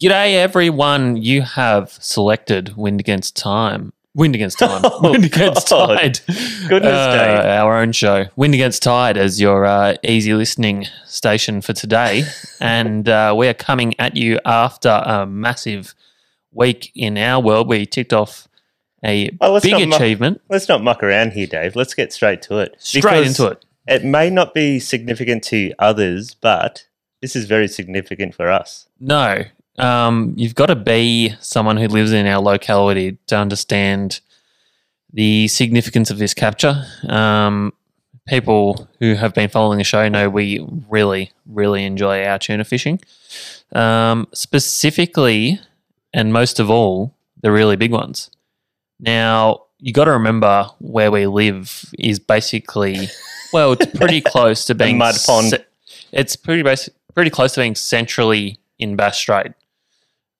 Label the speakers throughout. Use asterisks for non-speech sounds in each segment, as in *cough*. Speaker 1: G'day, everyone. You have selected Wind Against Time. Wind Against
Speaker 2: *laughs*
Speaker 1: Time. Wind Against
Speaker 2: Oh, God.
Speaker 1: Tide.
Speaker 2: Goodness
Speaker 1: Uh, Our own show. Wind Against Tide as your uh, easy listening station for
Speaker 2: *laughs*
Speaker 1: today. and uh, we are coming at you after a massive week in our world. We ticked off a
Speaker 2: Oh, let's not
Speaker 1: big
Speaker 2: mu-
Speaker 1: achievement.
Speaker 2: Let's not muck around here, Dave. Let's get straight to it.
Speaker 1: Straight
Speaker 2: Because
Speaker 1: into it.
Speaker 2: It may not be significant to others, but this is very significant for us.
Speaker 1: No. Um, you've got to be someone who lives in our locality to understand the significance of this capture. Um, people who have been following the show know we really, really enjoy our tuna fishing. Um, specifically, and most of all, the really big ones. Now, you got to remember where we live is basically, well, it's pretty
Speaker 2: *laughs*
Speaker 1: close to being
Speaker 2: mud pond.
Speaker 1: ce- it's pretty basi- pretty close to being centrally in Bass Strait.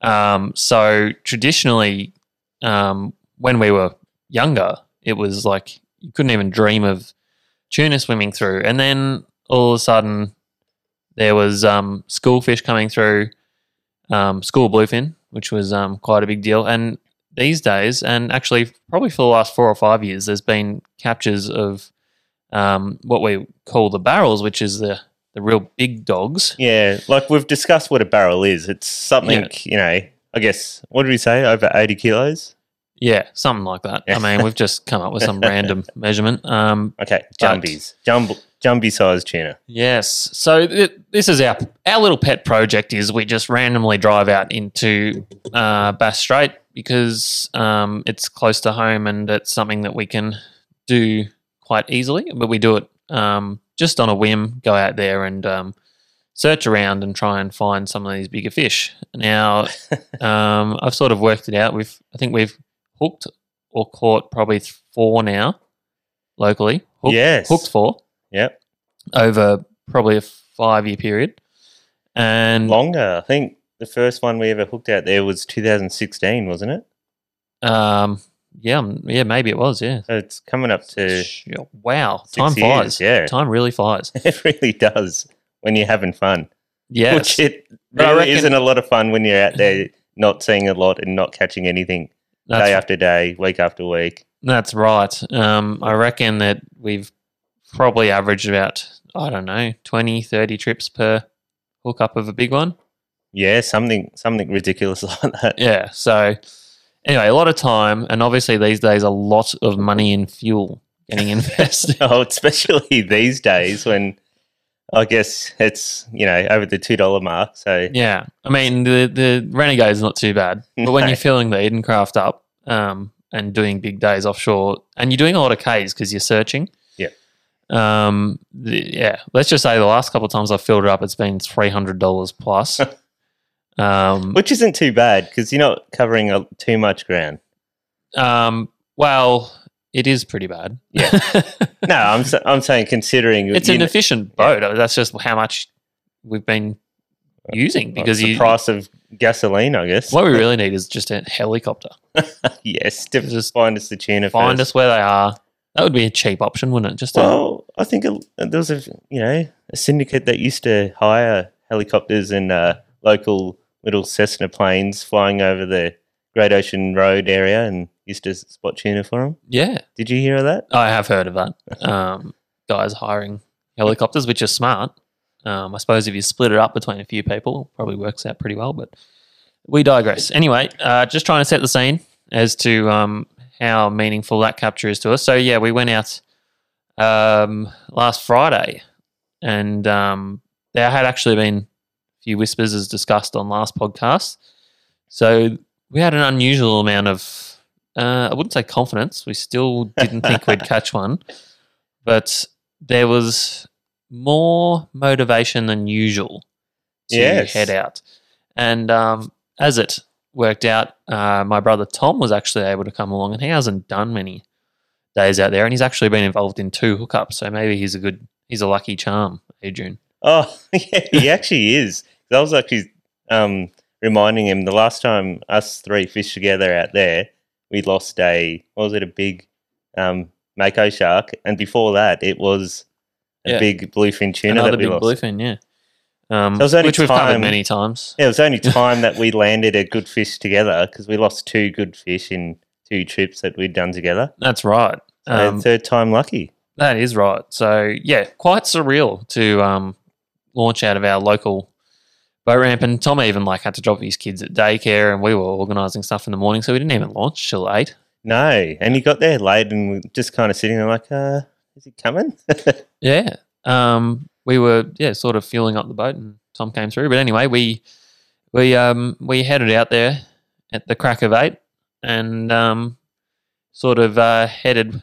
Speaker 1: Um, so traditionally, um, when we were younger, it was like you couldn't even dream of tuna swimming through, and then all of a sudden, there was um, school fish coming through, um, school bluefin, which was um, quite a big deal, and these days, and actually probably for the last four or five years, there's been captures of um, what we call the barrels, which is the the real big dogs.
Speaker 2: Yeah, like we've discussed what a barrel is. It's something,
Speaker 1: Yeah.
Speaker 2: you know, I guess, what did we say? Over 80 kilos?
Speaker 1: Yeah, something like that. I mean, we've just come up with some random measurement. Um,
Speaker 2: Okay,
Speaker 1: But-
Speaker 2: jumbies. Jumbo, jumbie sized tuna.
Speaker 1: yes. So th- this is our our little pet project is we just randomly drive out into uh, Bass Strait because um, it's close to home and it's something that we can do quite easily. But we do it um, just on a whim. Go out there and um, search around and try and find some of these bigger fish. Now, um, I've sort of worked it out. We've I think we've hooked or caught probably th- four now locally. Hooked,
Speaker 2: yes.
Speaker 1: hooked four
Speaker 2: Yep.
Speaker 1: over probably a five year period. And
Speaker 2: Longer. I think the first one we ever hooked out there was 2016, wasn't it?
Speaker 1: um, yeah, um, yeah, maybe it was. Yeah.
Speaker 2: So it's coming up to
Speaker 1: Sh- Wow,
Speaker 2: six
Speaker 1: time
Speaker 2: years.
Speaker 1: flies.
Speaker 2: Yeah, *laughs*
Speaker 1: Time really flies.
Speaker 2: it really does when you're having fun.
Speaker 1: Yes.
Speaker 2: Which it
Speaker 1: But I
Speaker 2: really
Speaker 1: reckon-
Speaker 2: isn't a lot of fun when you're out there not seeing a lot and not catching anything
Speaker 1: That's
Speaker 2: day after day, week after week.
Speaker 1: That's right. Um, I reckon that we've probably averaged about, I don't know, 20, 30 trips per hookup of a big one.
Speaker 2: Yeah, something something ridiculous *laughs* like that.
Speaker 1: Yeah. So, anyway, a lot of time. And obviously, these days, a lot of money in fuel getting *laughs* invested.
Speaker 2: Oh, especially *laughs* these days when I guess it's you know over the two dollar mark. So
Speaker 1: yeah. I mean, the, the Renegade's not too bad. But when
Speaker 2: No.
Speaker 1: you're filling the Edencraft up um, and doing big days offshore, and you're doing a lot of Ks because you're searching.
Speaker 2: Yeah.
Speaker 1: Um. the- yeah. Let's just say the last couple of times I've filled it up, it's been three hundred dollars
Speaker 2: *laughs*
Speaker 1: plus. um.
Speaker 2: which isn't too bad because you're not covering a, too
Speaker 1: *laughs*
Speaker 2: much ground.
Speaker 1: Um. Well, it is pretty bad. *laughs*
Speaker 2: Yeah. No, I'm s am saying considering
Speaker 1: it's
Speaker 2: you
Speaker 1: an
Speaker 2: know,
Speaker 1: efficient boat. Uh, That's just how much we've been using because
Speaker 2: the
Speaker 1: you.
Speaker 2: price of gasoline, I guess.
Speaker 1: What we really need is just a helicopter.
Speaker 2: yes, to
Speaker 1: Just
Speaker 2: find us the tuna.
Speaker 1: Find
Speaker 2: first.
Speaker 1: us where they are. That would be a cheap option, wouldn't it? Just a-
Speaker 2: Well, I think a, there was a you know a syndicate that used to hire helicopters and uh, local little Cessna planes flying over the Great Ocean Road area and used to spot tuna for them.
Speaker 1: yeah.
Speaker 2: Did you hear of that? *laughs*
Speaker 1: I have heard of that. Um, guys hiring helicopters, which are smart. Um, I suppose if you split it up between a few people, it probably works out pretty well. But we digress. Anyway, uh, just trying to set the scene as to um, how meaningful that capture is to us. So yeah, we went out um, last Friday, and um, there had actually been a few whispers as discussed on last podcast. So we had an unusual amount of uh, I wouldn't say confidence. We still didn't think we'd catch one, but there was more motivation than usual to
Speaker 2: Yes.
Speaker 1: head out. And um, as it worked out, uh, my brother Tom was actually able to come along, and he hasn't done many days out there, and he's actually been involved in two hookups. So maybe he's a good, he's a lucky charm, Adrian.
Speaker 2: Oh, yeah,
Speaker 1: *laughs*
Speaker 2: he actually is. I was actually um, reminding him the last time us three fished together out there, we lost a what was it a big um, mako shark, and before that it was a
Speaker 1: Yeah.
Speaker 2: big bluefin tuna
Speaker 1: Another
Speaker 2: that we
Speaker 1: big
Speaker 2: lost.
Speaker 1: bluefin, yeah. um,
Speaker 2: So it was only
Speaker 1: which we've covered
Speaker 2: time-
Speaker 1: many times.
Speaker 2: Yeah, it was only time that we landed a good fish together because we lost two good fish in two trips that we'd done together.
Speaker 1: That's right.
Speaker 2: And
Speaker 1: Um,
Speaker 2: third time lucky.
Speaker 1: That is right. So yeah, quite surreal to um, launch out of our local boat ramp, and Tom even like had to drop his kids at daycare, and we were organising stuff in the morning, so we didn't even launch till eight.
Speaker 2: No, and he got there late and we just kind of sitting there like, uh, is it coming? *laughs*
Speaker 1: Yeah, um, we were yeah sort of fueling up the boat, and Tom came through. But anyway, we we um, we headed out there at the crack of eight, and um, sort of uh, headed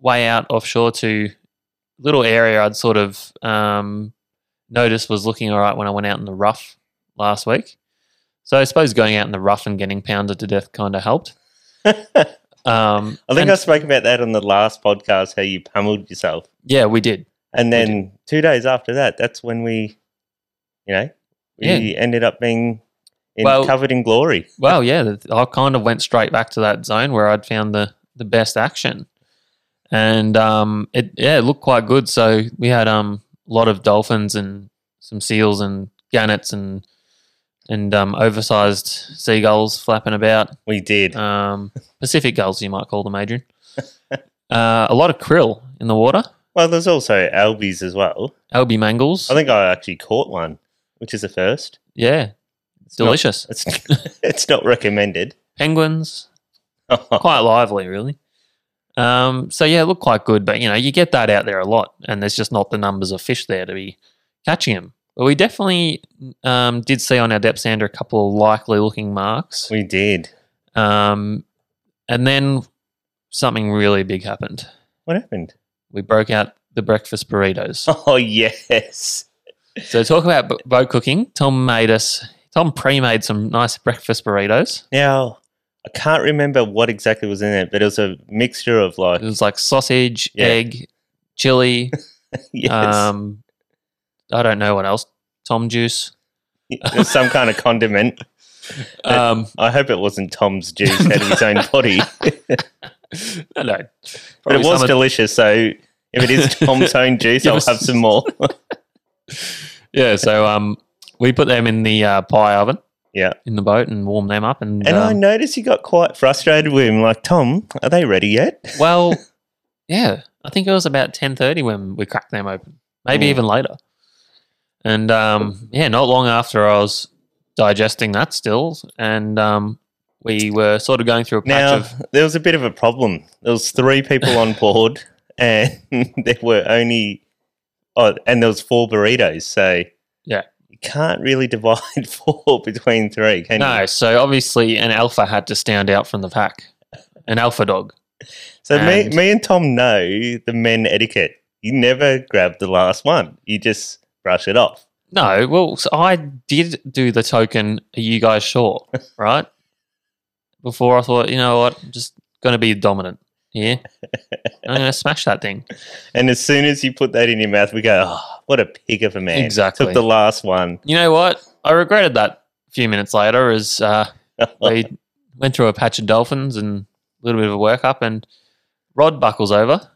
Speaker 1: way out offshore to a little area I'd sort of um, noticed was looking all right when I went out in the rough last week. So I suppose going out in the rough and getting pounded to death kind of
Speaker 2: *laughs*
Speaker 1: helped.
Speaker 2: I
Speaker 1: Um,
Speaker 2: think
Speaker 1: and-
Speaker 2: I spoke about that on the last podcast, how you pummeled yourself.
Speaker 1: yeah, we did.
Speaker 2: And
Speaker 1: We
Speaker 2: then two days after that, that's when we, you know, we
Speaker 1: Yeah.
Speaker 2: ended up being in,
Speaker 1: Well-
Speaker 2: covered in glory.
Speaker 1: Well, yeah, th- I kind of went straight back to that zone where I'd found the the best action, and um, it yeah, it looked quite good. So we had um a lot of dolphins and some seals and gannets and and um, oversized seagulls flapping about.
Speaker 2: We did. *laughs*
Speaker 1: Um, Pacific gulls, you might call them, Adrian. *laughs* Uh, a lot of krill in the water,
Speaker 2: well, there's also Albies as well.
Speaker 1: algae mangles.
Speaker 2: I think I actually caught one, which is a first.
Speaker 1: yeah,
Speaker 2: not-
Speaker 1: delicious.
Speaker 2: *laughs* It's, it's not recommended. Oh,
Speaker 1: Penguins, quite lively, really. Um, so yeah, it looked quite good, but you know, you get that out there a lot, and there's just not the numbers of fish there to be catching them. But we definitely um, did see on our depth sander a couple of likely looking marks,
Speaker 2: we did.
Speaker 1: um, and then something really big happened.
Speaker 2: What happened? *laughs*
Speaker 1: We broke out the breakfast burritos.
Speaker 2: Oh, yes.
Speaker 1: so talk about b- boat cooking. Tom made us. Tom pre-made some nice breakfast burritos.
Speaker 2: Now, I can't remember what exactly was in it, but it was a mixture of like, *laughs*
Speaker 1: It was like sausage,
Speaker 2: Yeah.
Speaker 1: egg, chili,
Speaker 2: *laughs* yes,
Speaker 1: Um, I don't know what else. Tom juice.
Speaker 2: it was some kind of condiment.
Speaker 1: *laughs* Um,
Speaker 2: I hope it wasn't Tom's juice out of
Speaker 1: *laughs*
Speaker 2: his own body,
Speaker 1: no, no.
Speaker 2: but it
Speaker 1: Probably
Speaker 2: was
Speaker 1: some of-
Speaker 2: delicious. So if
Speaker 1: *laughs*
Speaker 2: it is Tom's own juice,
Speaker 1: Give
Speaker 2: I'll
Speaker 1: us-
Speaker 2: have some
Speaker 1: *laughs*
Speaker 2: more.
Speaker 1: yeah. So um, we put them in the uh, pie oven.
Speaker 2: Yeah.
Speaker 1: In the boat and warm them up, and,
Speaker 2: And I
Speaker 1: um,
Speaker 2: noticed he got quite frustrated with him. Like, Tom, are they ready yet? *laughs*
Speaker 1: well, yeah, I think it was about ten thirty when we cracked them open, maybe
Speaker 2: Mm.
Speaker 1: even later. And um, yeah, not long after I was digesting that still, and um, we were sort of going through a patch
Speaker 2: Now
Speaker 1: of
Speaker 2: there was a bit of a problem. There was three people on board, *laughs* and there were only, oh, and there was four burritos. So
Speaker 1: Yeah.
Speaker 2: you can't really *laughs* divide four between three, can
Speaker 1: no.
Speaker 2: you?
Speaker 1: So obviously, an alpha had to stand out from the pack, an alpha dog.
Speaker 2: So me,
Speaker 1: And-
Speaker 2: me and Tom know the men etiquette. You never grab the last one. You just brush it off.
Speaker 1: No, well, so I did do the token. Are you guys
Speaker 2: *laughs*
Speaker 1: sure? Right before I thought, you know what, I'm just going to be dominant here. I'm going to smash that thing.
Speaker 2: And as soon as you put that in your mouth, we go, oh, "What a pig of a *laughs* man!"
Speaker 1: Exactly.
Speaker 2: Took the last one.
Speaker 1: You know what? I regretted that a few minutes later as
Speaker 2: *laughs*
Speaker 1: uh, we went through a patch of dolphins and a little bit of a workup, and Rod buckles over,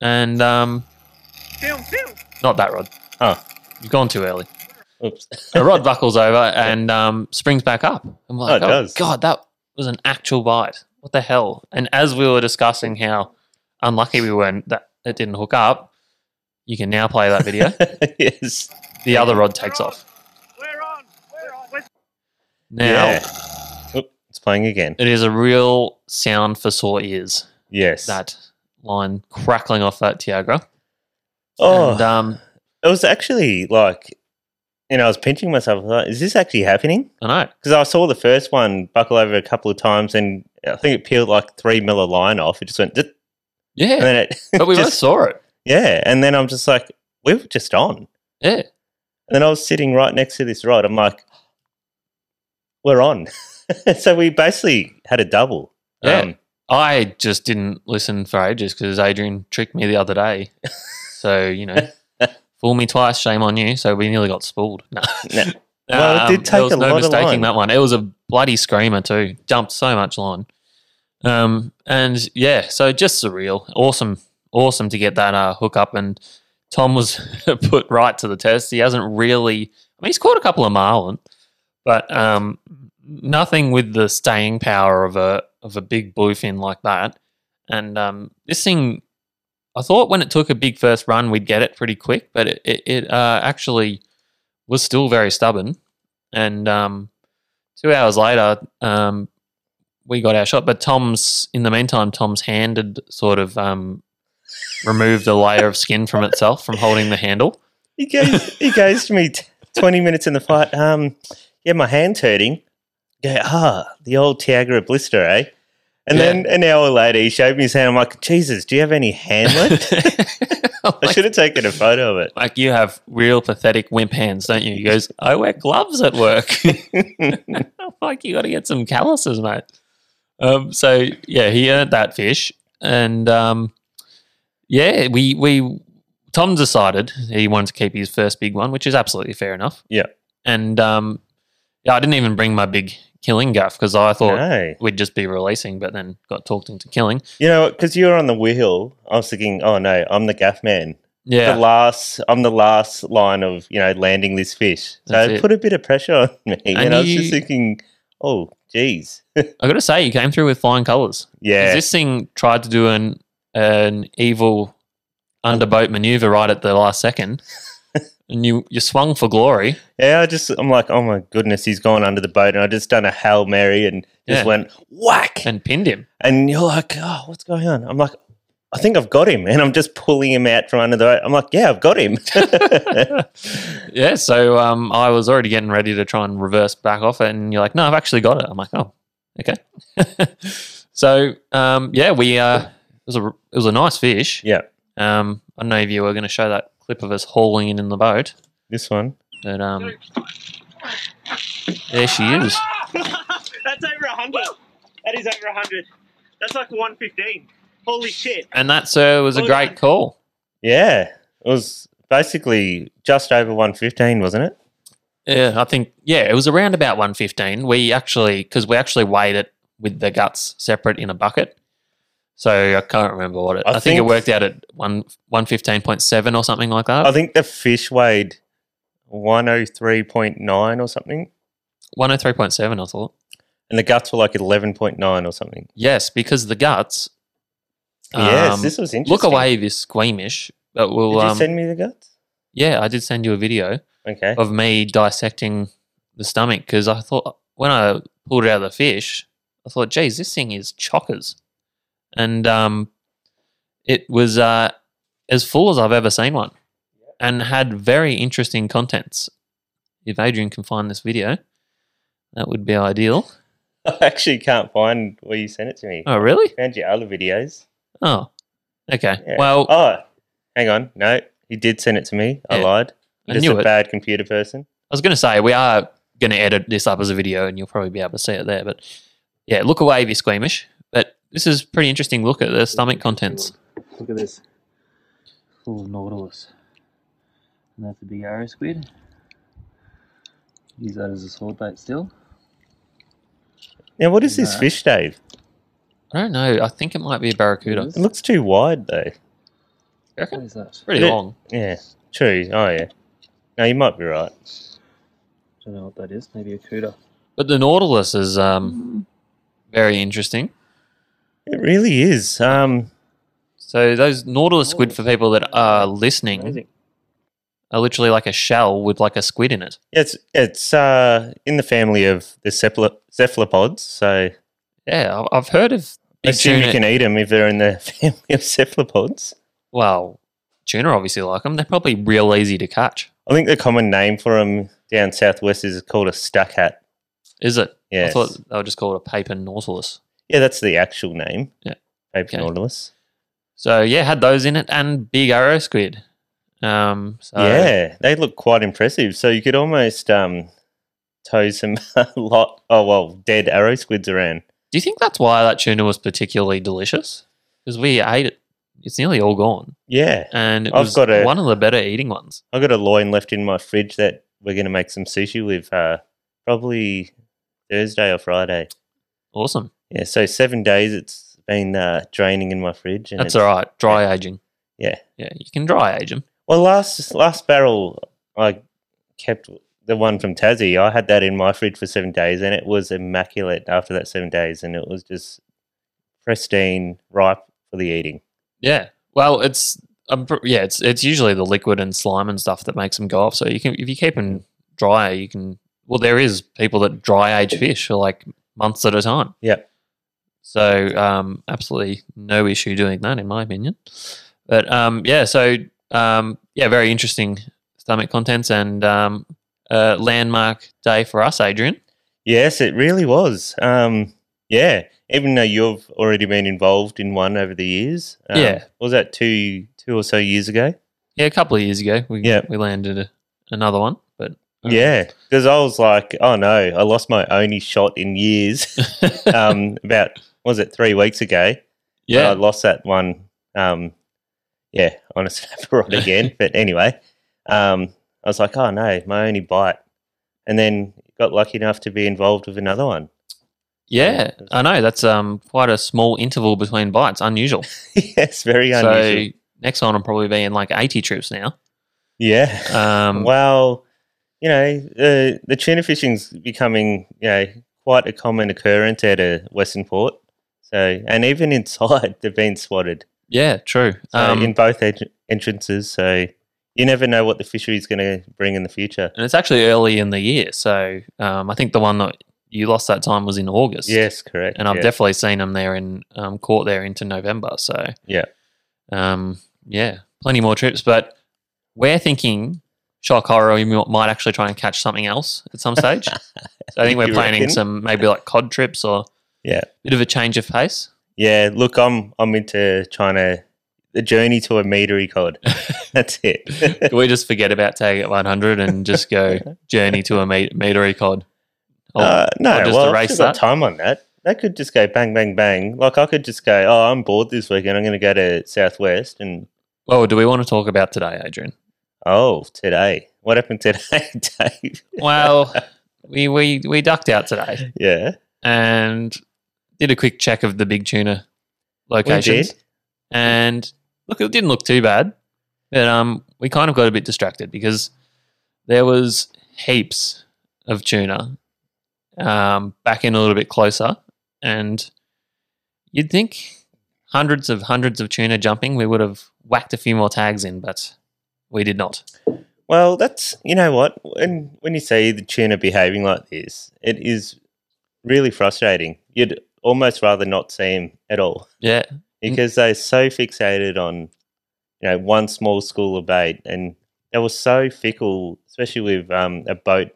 Speaker 1: and um, not that Rod.
Speaker 2: Oh.
Speaker 1: you've gone too early.
Speaker 2: Oops.
Speaker 1: a rod buckles over and um, springs back up. I'm like,
Speaker 2: Oh,
Speaker 1: oh,
Speaker 2: it does.
Speaker 1: God, that was an actual bite. What the hell? And as we were discussing how unlucky we were and that it didn't hook up, you can now play that
Speaker 2: *laughs*
Speaker 1: video.
Speaker 2: yes.
Speaker 1: the other rod takes off.
Speaker 3: We're on. We're on.
Speaker 1: Now,
Speaker 2: Yeah. Oop, it's playing again.
Speaker 1: it is a real sound for sore ears,
Speaker 2: Yes.
Speaker 1: that line crackling off that Tiagra.
Speaker 2: oh,
Speaker 1: And, um,
Speaker 2: it was actually like, and I was pinching myself. I was like, Is this actually happening?
Speaker 1: I know.
Speaker 2: Because I saw the first one buckle over a couple of times, and I think it peeled like three mil of line off. It just went, "Dit," and
Speaker 1: Yeah.
Speaker 2: then it,
Speaker 1: *laughs* But we both
Speaker 2: *laughs* just,
Speaker 1: saw it.
Speaker 2: yeah. And then I'm just like, we were just on. And
Speaker 1: Yeah.
Speaker 2: then I was sitting right next to this rod. I'm like, we're on. *laughs* so we basically had a double.
Speaker 1: Yeah.
Speaker 2: Um,
Speaker 1: I just didn't listen for ages because Adrian tricked me the other day. so, you know, fool me twice, shame on you. So we nearly got spooled. No.
Speaker 2: No. Well, it did take
Speaker 1: Um, there was
Speaker 2: a
Speaker 1: no
Speaker 2: lot of
Speaker 1: mistaking
Speaker 2: line.
Speaker 1: that one. It was a bloody screamer too. Dumped so much line. Um, and yeah, so just surreal. Awesome. Awesome *laughs* to get that uh, hook up. And Tom was put right to the test. He hasn't really, I mean, he's caught a couple of marlin, but um, nothing with the staying power of a of a big bluefin like that. And um, this thing, I thought when it took a big first run, we'd get it pretty quick, but it it, it uh, actually was still very stubborn. And um, two hours later, um, we got our shot. But Tom's in the meantime, Tom's hand had sort of um, removed a layer of skin from itself from holding the handle. *laughs*
Speaker 2: He goes, he goes to me t- 20 minutes in the fight. Um, yeah, my hand's hurting. Go, ah, the old Tiagra blister, eh? And
Speaker 1: Yeah.
Speaker 2: then an hour later, he showed me his hand. I'm like, Jesus, do you have any hand
Speaker 1: *laughs*
Speaker 2: left?
Speaker 1: I'm
Speaker 2: I
Speaker 1: like,
Speaker 2: should have taken a photo of it.
Speaker 1: like you have real pathetic wimp hands, don't you? He goes, I wear gloves at work. *laughs* I'm like you got to get some calluses, mate. Um, so yeah, he earned that fish, and um, yeah, we we Tom decided he wanted to keep his first big one, which is absolutely fair enough.
Speaker 2: Yeah.
Speaker 1: and um, yeah, I didn't even bring my big killing gaff because I thought
Speaker 2: No.
Speaker 1: we'd just be releasing, but then got talked into killing.
Speaker 2: You know, because you were on the wheel, I was thinking, oh no, I'm the gaff man.
Speaker 1: Yeah,
Speaker 2: The last, I'm the last line of you know landing this fish. So
Speaker 1: That's
Speaker 2: it
Speaker 1: it.
Speaker 2: put a bit of pressure on me, and, I was
Speaker 1: you-
Speaker 2: just thinking, oh, geez,
Speaker 1: I got to say, you came through with flying colours. 'Cause
Speaker 2: yeah,
Speaker 1: This thing tried to do an an evil underboat maneuver right at the last second, and you you swung for glory.
Speaker 2: yeah. I just, I'm like, oh my goodness, he's gone under the boat, and I just done a hail mary and just
Speaker 1: Yeah.
Speaker 2: went whack,
Speaker 1: and pinned him.
Speaker 2: and you're like, oh, what's going on? I'm like, I think I've got him, and I'm just pulling him out from under the boat. I'm like, yeah, I've got him. *laughs*
Speaker 1: Yeah, so um, I was already getting ready to try and reverse back off it, and you're like, "No, I've actually got it." I'm like, "Oh, okay." *laughs* so um, yeah, we uh, it was a it was a nice fish.
Speaker 2: yeah,
Speaker 1: Um, I don't know if you were going to show that clip of us hauling in in the boat,
Speaker 2: this one.
Speaker 1: but um, there she is.
Speaker 3: *laughs* That's over 100. That is over 100. That's like 115. Holy shit.
Speaker 1: And that, sir, was a
Speaker 3: Hold
Speaker 1: great
Speaker 3: on.
Speaker 1: call.
Speaker 2: Yeah, it was basically just over 115, wasn't it?
Speaker 1: Yeah, I think yeah, it was around about one fifteen. We actually because we actually weighed it with the guts separate in a bucket. So I can't remember what it. I,
Speaker 2: I
Speaker 1: think, it
Speaker 2: think-
Speaker 1: worked out at one one fifteen point seven or something like
Speaker 2: I
Speaker 1: that.
Speaker 2: think the fish weighed 103.9 or something,
Speaker 1: One hundred three point seven, I thought.
Speaker 2: and the guts were like 11.9 or something.
Speaker 1: Yes, because the guts.
Speaker 2: yes,
Speaker 1: um,
Speaker 2: this was interesting.
Speaker 1: look away if you're squeamish, but
Speaker 2: Did
Speaker 1: we'll.
Speaker 2: you
Speaker 1: Um,
Speaker 2: send me the guts?
Speaker 1: yeah, I did send you a video.
Speaker 2: Okay.
Speaker 1: of me dissecting the stomach because I thought when I pulled it out of the fish, I thought, geez, this thing is chockers. And um, it was uh, as full as I've ever seen one and had very interesting contents. If Adrian can find this video, that would be ideal.
Speaker 2: *laughs* I actually can't find where you sent it to me.
Speaker 1: Oh, really?
Speaker 2: Found your other videos.
Speaker 1: Oh, okay.
Speaker 2: Yeah.
Speaker 1: Well,
Speaker 2: Oh, hang on. No, he did send it to me. I
Speaker 1: Yeah.
Speaker 2: lied.
Speaker 1: I
Speaker 2: I'm just
Speaker 1: knew
Speaker 2: a
Speaker 1: it.
Speaker 2: bad computer person.
Speaker 1: I was going to say we are going to edit this up as a video, and you'll probably be able to see it there. But yeah, look away if you're squeamish. But this is pretty interesting. Look at the stomach contents.
Speaker 4: Look at this. Little nautilus. And that's a big arrow squid. Use that as a sword bait still.
Speaker 2: Now, what is this
Speaker 4: Nah.
Speaker 2: fish, Dave?
Speaker 1: I don't know. I think it might be a barracuda.
Speaker 4: Is
Speaker 1: You
Speaker 2: It looks too wide, though.
Speaker 1: reckon?
Speaker 4: What is that?
Speaker 1: Pretty
Speaker 2: Yeah.
Speaker 1: long.
Speaker 2: Yeah, true. Oh, yeah. No, you might be right.
Speaker 4: don't know what that is. Maybe a cooter.
Speaker 1: But the Nautilus is um, very interesting.
Speaker 2: It really is. Um,
Speaker 1: So those Nautilus squid, for people that are listening, are literally like a shell with like a squid in it.
Speaker 2: It's it's uh, in the family of the cephalo- cephalopods, so
Speaker 1: Yeah, I- I've heard of
Speaker 2: I
Speaker 1: big
Speaker 2: assume
Speaker 1: tuna-
Speaker 2: you can eat them if they're in the *laughs* family of cephalopods.
Speaker 1: Well, tuna obviously like them. They're probably real easy to catch.
Speaker 2: I think the common name for them down southwest is called a stuck hat.
Speaker 1: Is it?
Speaker 2: Yeah,
Speaker 1: I thought they were just called a paper Nautilus.
Speaker 2: yeah, that's the actual name.
Speaker 1: Yeah.
Speaker 2: paper
Speaker 1: Okay.
Speaker 2: nautilus.
Speaker 1: So yeah, had those in it and big arrow squid. Um, so
Speaker 2: yeah, they look quite impressive. So you could almost um, tow some *laughs* lot. Oh well, dead arrow squids around.
Speaker 1: Do you think that's why that tuna was particularly delicious? Because we ate it. It's nearly all gone,
Speaker 2: Yeah,
Speaker 1: and it
Speaker 2: I've
Speaker 1: was
Speaker 2: got a-
Speaker 1: one of the better eating ones.
Speaker 2: I got a loin left in my fridge that we're gonna make some sushi with. Uh, probably Thursday or Friday.
Speaker 1: Awesome.
Speaker 2: Yeah, so seven days it's been uh, draining in my fridge. And
Speaker 1: That's
Speaker 2: it's-
Speaker 1: all right. Dry aging.
Speaker 2: Yeah.
Speaker 1: Yeah, you can dry age them.
Speaker 2: Well, last last barrel I kept the one from Tassie, I had that in my fridge for seven days, and it was immaculate after that seven days, and it was just pristine, ripe for the eating.
Speaker 1: Yeah. Well, it's um, pr- yeah, it's it's usually the liquid and slime and stuff that makes them go off. So you can if you keep them dry, you can. Well, there is people that dry age fish for like months at a time.
Speaker 2: Yeah.
Speaker 1: So um, absolutely no issue doing that, in my opinion. But um, yeah, so um, yeah, very interesting stomach contents and um, uh, landmark day for us, Adrian.
Speaker 2: Yes, it really was. Um, yeah, even though you've already been involved in one over the years. Um,
Speaker 1: Yeah.
Speaker 2: was that two two or so years ago?
Speaker 1: Yeah, a couple of years ago, we
Speaker 2: Yeah.
Speaker 1: we landed a, another one, but um,
Speaker 2: Yeah, because I was like, oh no, I lost my only shot in years. um, about was it three weeks ago?
Speaker 1: *laughs* yeah,
Speaker 2: I lost that one. Um, yeah, on a *laughs* snapper
Speaker 1: *laughs*
Speaker 2: rod again. but anyway, um, I was like, oh no, my only bite, and then got lucky enough to be involved with another one. *laughs*
Speaker 1: Yeah, I know. That's um quite a small interval between bites.
Speaker 2: *laughs*
Speaker 1: Unusual.
Speaker 2: yes, very unusual.
Speaker 1: So next one will probably be in like eighty trips now.
Speaker 2: yeah.
Speaker 1: Um,
Speaker 2: well, you know, the the tuna fishing's becoming, you know, quite a common occurrence at a Western port. So, and even inside, *laughs* they've been swatted
Speaker 1: yeah, true.
Speaker 2: so
Speaker 1: um,
Speaker 2: Uh, in both en- entrances. So, you never know what the fishery's going to bring in the future.
Speaker 1: and it's actually early in the year, so um, I think the one that you lost that time was in August.
Speaker 2: Yes, correct.
Speaker 1: and I've
Speaker 2: yeah.
Speaker 1: definitely seen them there in um, caught there into November. So
Speaker 2: Yeah.
Speaker 1: um, yeah, plenty more trips. But we're thinking shock horror. We m- might actually try and catch something else at some stage. so I think we're
Speaker 2: *laughs* You
Speaker 1: planning
Speaker 2: reckon?
Speaker 1: some maybe like cod trips or
Speaker 2: Yeah.
Speaker 1: bit of a change of pace.
Speaker 2: yeah. Look, I'm I'm into trying to the journey to a metery cod.
Speaker 1: *laughs*
Speaker 2: That's it.
Speaker 1: Can we just forget about Tag at 100 and just go
Speaker 2: *laughs*
Speaker 1: journey to a meat, meatery cod? Oh, I'll-
Speaker 2: uh, no,
Speaker 1: I'll just
Speaker 2: well, I've
Speaker 1: erase
Speaker 2: still got
Speaker 1: that.
Speaker 2: time on that. That could just go bang, bang, bang. Like I could just go, oh, I'm bored this weekend. I'm going to go to Southwest and
Speaker 1: well, do we want to talk about today,
Speaker 2: *laughs*
Speaker 1: Adrian?
Speaker 2: oh, today. What happened today, *laughs* Dave?
Speaker 1: Well, we, we, we ducked out today
Speaker 2: yeah,
Speaker 1: and did a quick check of the big tuna locations.
Speaker 2: did.
Speaker 1: And look, it didn't look too bad, but um, we kind of got a bit distracted because there was heaps of tuna um, back in a little bit closer, and you'd think hundreds of hundreds of tuna jumping, we would have whacked a few more tags in, but we did not.
Speaker 2: Well, that's you know what. When when you see the tuna behaving like this, it is really frustrating. You'd almost rather not see him at all.
Speaker 1: Yeah,
Speaker 2: because they're so fixated on you know one small school of bait and they were so fickle especially with um, a boat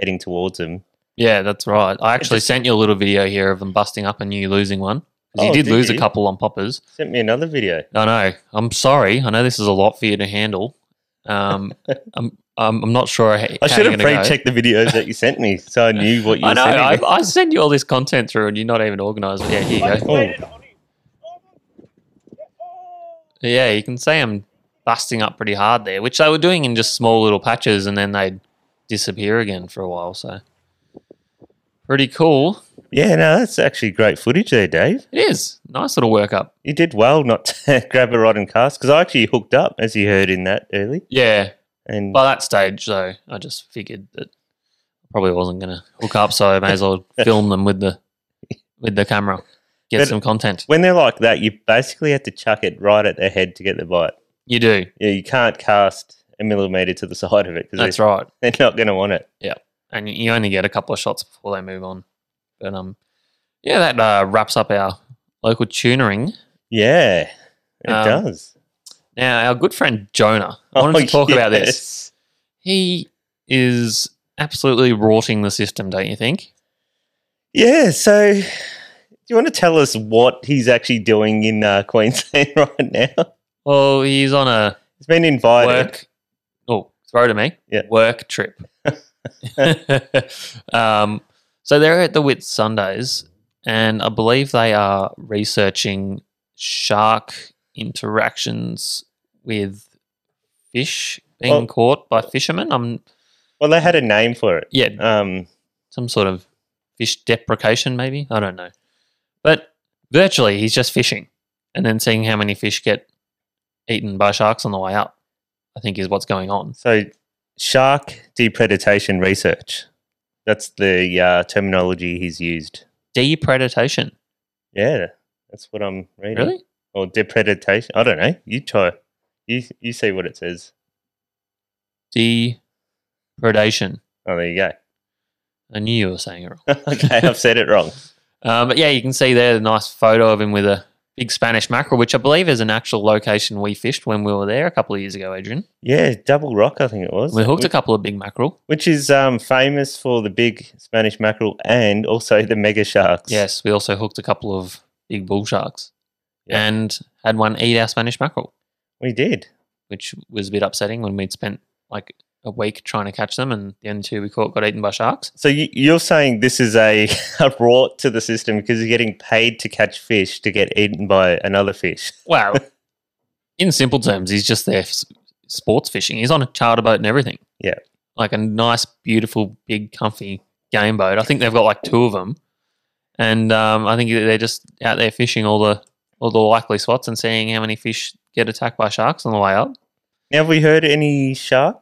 Speaker 2: heading towards them
Speaker 1: yeah, that's right. I actually sent you a little video here of them busting up and you losing one. 'Cause
Speaker 2: Oh,
Speaker 1: you did,
Speaker 2: did
Speaker 1: lose a
Speaker 2: you?
Speaker 1: couple on poppers.
Speaker 2: sent me another video
Speaker 1: I know. I'm sorry. I know this is a lot for you to handle.
Speaker 2: *laughs*
Speaker 1: Um, I'm, I'm, I'm not sure. How
Speaker 2: i should have
Speaker 1: pre-checked.
Speaker 2: pre-checked the videos that you sent me so i knew what
Speaker 1: *laughs*
Speaker 2: you
Speaker 1: I
Speaker 2: were
Speaker 1: know.
Speaker 2: sending
Speaker 1: I,
Speaker 2: me
Speaker 1: I send you all this content through, and you're not even organised. But yeah, here you go. Yeah, you can see them busting up pretty hard there, which they were doing in just small little patches, and then they'd disappear again for a while. So pretty cool.
Speaker 2: yeah no that's actually great footage there dave
Speaker 1: It is nice little workup.
Speaker 2: you did well not to *laughs* grab a rod and cast because i actually hooked up as you heard in that early
Speaker 1: Yeah.
Speaker 2: and
Speaker 1: By that stage, though, I just figured that probably wasn't going to hook up, so I may as
Speaker 2: *laughs*
Speaker 1: well film them with the with the camera, get
Speaker 2: But-
Speaker 1: some content.
Speaker 2: when they're like that you basically have to chuck it right at their head to get the bite
Speaker 1: You do.
Speaker 2: yeah you can't cast a millimeter to the *laughs* side of it because
Speaker 1: That's right.
Speaker 2: they're *laughs* not going to want it
Speaker 1: and you only get a couple of shots before they move on. But um, yeah, that uh, wraps up our local tuning.
Speaker 2: Yeah, it
Speaker 1: Um,
Speaker 2: does.
Speaker 1: Now, our good friend Jonah, I wanted to
Speaker 2: Oh,
Speaker 1: talk about this.
Speaker 2: yes.
Speaker 1: He is absolutely rorting the system, don't you think?
Speaker 2: Yeah, so do you want to tell us what he's actually doing in uh, Queensland *laughs* right now?
Speaker 1: Well, he's on a
Speaker 2: He's been invited.
Speaker 1: work. Oh, throw to me.
Speaker 2: Yeah.
Speaker 1: Work trip. um, so they're at the Whit Sundays, and I believe they are researching shark interactions with fish being
Speaker 2: Well-
Speaker 1: caught by fishermen. I'm
Speaker 2: Well, they had a name for it.
Speaker 1: yeah,
Speaker 2: Um,
Speaker 1: some sort of fish deprecation, maybe. I don't know, but virtually he's just fishing, and then seeing how many fish get eaten by sharks on the way up. I think is what's going on.
Speaker 2: so shark depredation research. That's the uh, terminology he's used.
Speaker 1: Depredatation.
Speaker 2: Yeah, that's what I'm reading.
Speaker 1: Really?
Speaker 2: Or depredation. I don't know. You try. You you see what it says.
Speaker 1: Depredation.
Speaker 2: Oh, there you go. *laughs*
Speaker 1: I knew you were saying it wrong.
Speaker 2: okay, I've said it wrong.
Speaker 1: *laughs* Um, but yeah, you can see there the nice photo of him with a big Spanish mackerel, which I believe is an actual location we fished when we were there a couple of years ago, Adrian.
Speaker 2: Yeah, Double Rock, I think it was.
Speaker 1: We hooked a
Speaker 2: which,
Speaker 1: couple of big mackerel.
Speaker 2: which is um, famous for the big Spanish mackerel and also the mega sharks.
Speaker 1: Yes, we also hooked a couple of big bull sharks
Speaker 2: Yeah.
Speaker 1: and had one eat our Spanish mackerel,
Speaker 2: we did.
Speaker 1: which was a bit upsetting when we'd spent like a week trying to catch them and the only two we caught got eaten by sharks.
Speaker 2: So you, you're saying this is a, *laughs* a rort to the system because you're getting paid to catch fish to get eaten by another fish.
Speaker 1: Wow. In simple terms, he's just there for s- sports fishing. He's on a charter boat and everything.
Speaker 2: Yeah.
Speaker 1: Like a nice, beautiful, big, comfy game boat. I think they've got like two of them. And um, I think they're just out there fishing all the all the likely spots and seeing how many fish get attacked by sharks on the way up.
Speaker 2: Now, have we heard any sharks?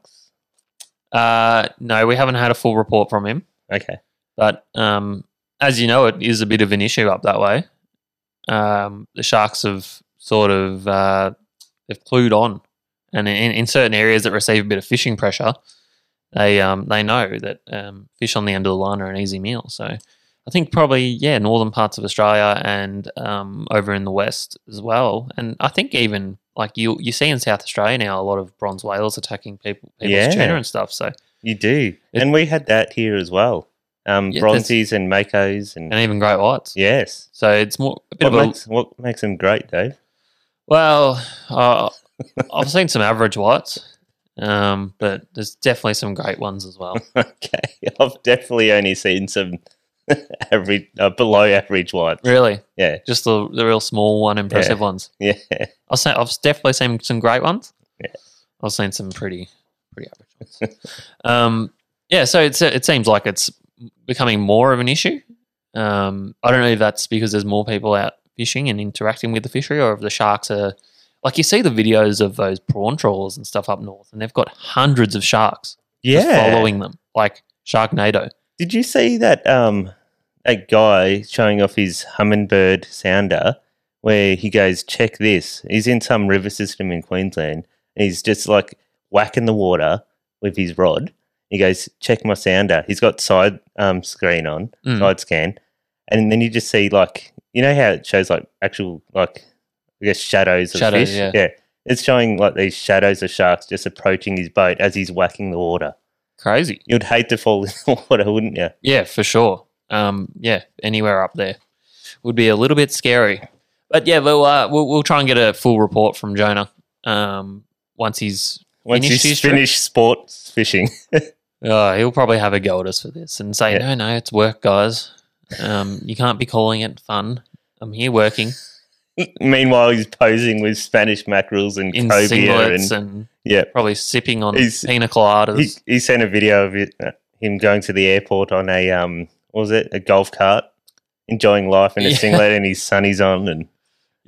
Speaker 1: Uh, no, we haven't had a full report from him.
Speaker 2: Okay.
Speaker 1: But um, as you know, it is a bit of an issue up that way. Um, the sharks have sort of uh, they've clued on, and in, in certain areas that receive a bit of fishing pressure, they um, they know that um, fish on the end of the line are an easy meal. So I think probably yeah, northern parts of Australia and um, over in the west as well, and I think even like you you see in South Australia now a lot of bronze whales attacking people people's
Speaker 2: Yeah.
Speaker 1: tuna and stuff. So
Speaker 2: You do.
Speaker 1: It-
Speaker 2: and we had that here as well. Um,
Speaker 1: Yeah, that's-
Speaker 2: bronzies and makos and,
Speaker 1: and even great whites.
Speaker 2: yes.
Speaker 1: So it's more a bit
Speaker 2: What
Speaker 1: of a
Speaker 2: makes, what makes them great, Dave? *laughs*
Speaker 1: Well, uh, I've seen some average whites, um, but there's definitely some great ones as
Speaker 2: *laughs*
Speaker 1: well.
Speaker 2: okay. I've definitely only seen some *laughs* average, uh, below average ones.
Speaker 1: Really,
Speaker 2: Yeah.
Speaker 1: just the, the real small one, impressive ones.
Speaker 2: Yeah.
Speaker 1: I've seen, I've definitely seen some great ones.
Speaker 2: Yeah.
Speaker 1: I've seen some pretty pretty average ones. *laughs* um, yeah, so it's it seems like it's becoming more of an issue. Um, I don't know if that's because there's more people out fishing and interacting with the fishery, or if the sharks are like you see the videos of those prawn trawlers and stuff up north, and they've got hundreds of sharks. just
Speaker 2: Yeah.
Speaker 1: following them, like Sharknado.
Speaker 2: Did you see that um that guy showing off his hummingbird sounder where he goes, check this. He's in some river system in Queensland and he's just like whacking the water with his rod. He goes, check my sounder. He's got side um screen on,
Speaker 1: Mm.
Speaker 2: side scan. And then you just see like you know how it shows like actual like I guess shadows of
Speaker 1: Shadows,
Speaker 2: fish.
Speaker 1: yeah.
Speaker 2: It's showing like these shadows of sharks just approaching his boat as he's whacking the water.
Speaker 1: Crazy.
Speaker 2: You'd hate to fall in *laughs* the water, wouldn't you?
Speaker 1: Yeah, for sure. Um, yeah, anywhere up there would be a little bit scary. But yeah, we'll, uh, we'll, we'll try and get a full report from Jonah um, once he's.
Speaker 2: Once
Speaker 1: Finished
Speaker 2: you
Speaker 1: his trip?
Speaker 2: finish sports fishing, *laughs*
Speaker 1: Uh, he'll probably have a go at us for this and say, no,
Speaker 2: Yeah.
Speaker 1: no, it's work, guys. Um, you can't be calling it fun. I'm here working
Speaker 2: meanwhile he's posing with Spanish mackerels and
Speaker 1: in
Speaker 2: cobia,
Speaker 1: singlets uh,
Speaker 2: and
Speaker 1: and,
Speaker 2: yeah,
Speaker 1: probably sipping on
Speaker 2: He's-
Speaker 1: pina coladas.
Speaker 2: he, he sent a video of it, uh, him going to the airport on a um, what was it, a golf cart, enjoying life in a
Speaker 1: Yeah.
Speaker 2: singlet, and his sunnies on, and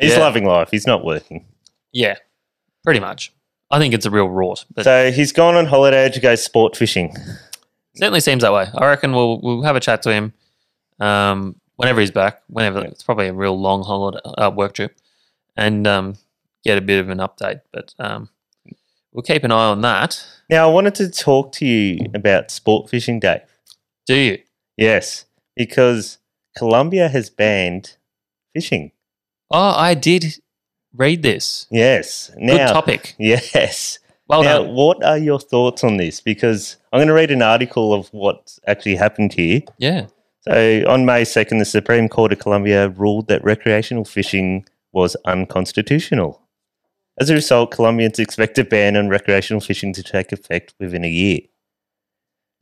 Speaker 2: he's
Speaker 1: Yeah.
Speaker 2: loving life. He's not working,
Speaker 1: yeah, pretty much. I think it's a real rort. But
Speaker 2: so he's gone on holiday to go sport fishing.
Speaker 1: Certainly seems that way. I reckon we'll we'll have a chat to him um, whenever he's back. Whenever it's probably a real long holiday uh, work trip, and um, get a bit of an update. But um, we'll keep an eye on that.
Speaker 2: Now I wanted to talk to you about sport fishing, Dave.
Speaker 1: Do you?
Speaker 2: Yes, because Colombia has banned fishing.
Speaker 1: Oh, I did read this.
Speaker 2: Yes,
Speaker 1: Good
Speaker 2: now
Speaker 1: topic.
Speaker 2: yes.
Speaker 1: Well
Speaker 2: now,
Speaker 1: done.
Speaker 2: what are your thoughts on this? Because I'm going to read an article of what's actually happened here.
Speaker 1: Yeah.
Speaker 2: So, on May 2nd, the Supreme Court of Colombia ruled that recreational fishing was unconstitutional. As a result, Colombians expect a ban on recreational fishing to take effect within a year.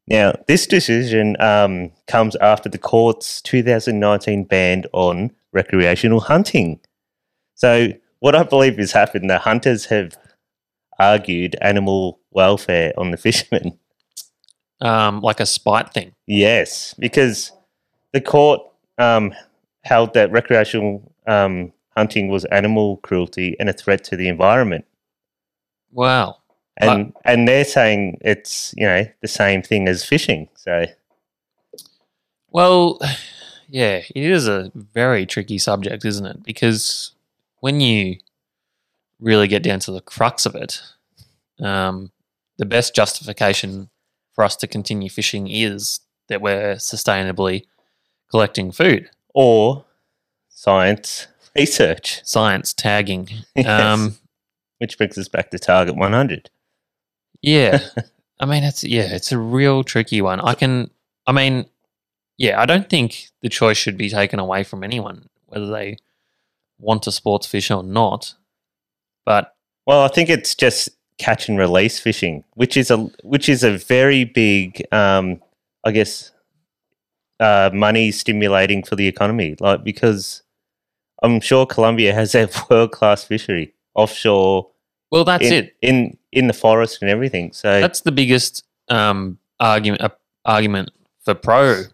Speaker 2: Now, this decision um, comes after the court's 2019 ban on recreational hunting. So, what I believe has happened, the hunters have argued animal welfare on the *laughs* fishermen.
Speaker 1: Um, like a spite thing.
Speaker 2: Yes, because the court um, held that recreational um, hunting was animal cruelty and a threat to the environment.
Speaker 1: Wow.
Speaker 2: and and they're saying it's you know the same thing as fishing. So
Speaker 1: Well, yeah, it is a very tricky subject, isn't it? Because when you really get down to the crux of it, um, the best justification for us to continue fishing is that we're sustainably collecting food,
Speaker 2: or science research,
Speaker 1: science tagging.
Speaker 2: Yes.
Speaker 1: Um,
Speaker 2: which brings us back to Target 100.
Speaker 1: yeah, I mean, it's yeah, it's a real tricky one. I can, I mean, yeah, I don't think the choice should be taken away from anyone whether they want to sports fish or not. But
Speaker 2: Well, I think it's just catch and release fishing, which is a which is a very big, um, I guess, uh, money stimulating for the economy. Like because I'm sure Colombia has *laughs* a world class fishery offshore.
Speaker 1: Well, that's
Speaker 2: in,
Speaker 1: it.
Speaker 2: in in the forest and everything. So
Speaker 1: That's the biggest um, argument uh, argument for pro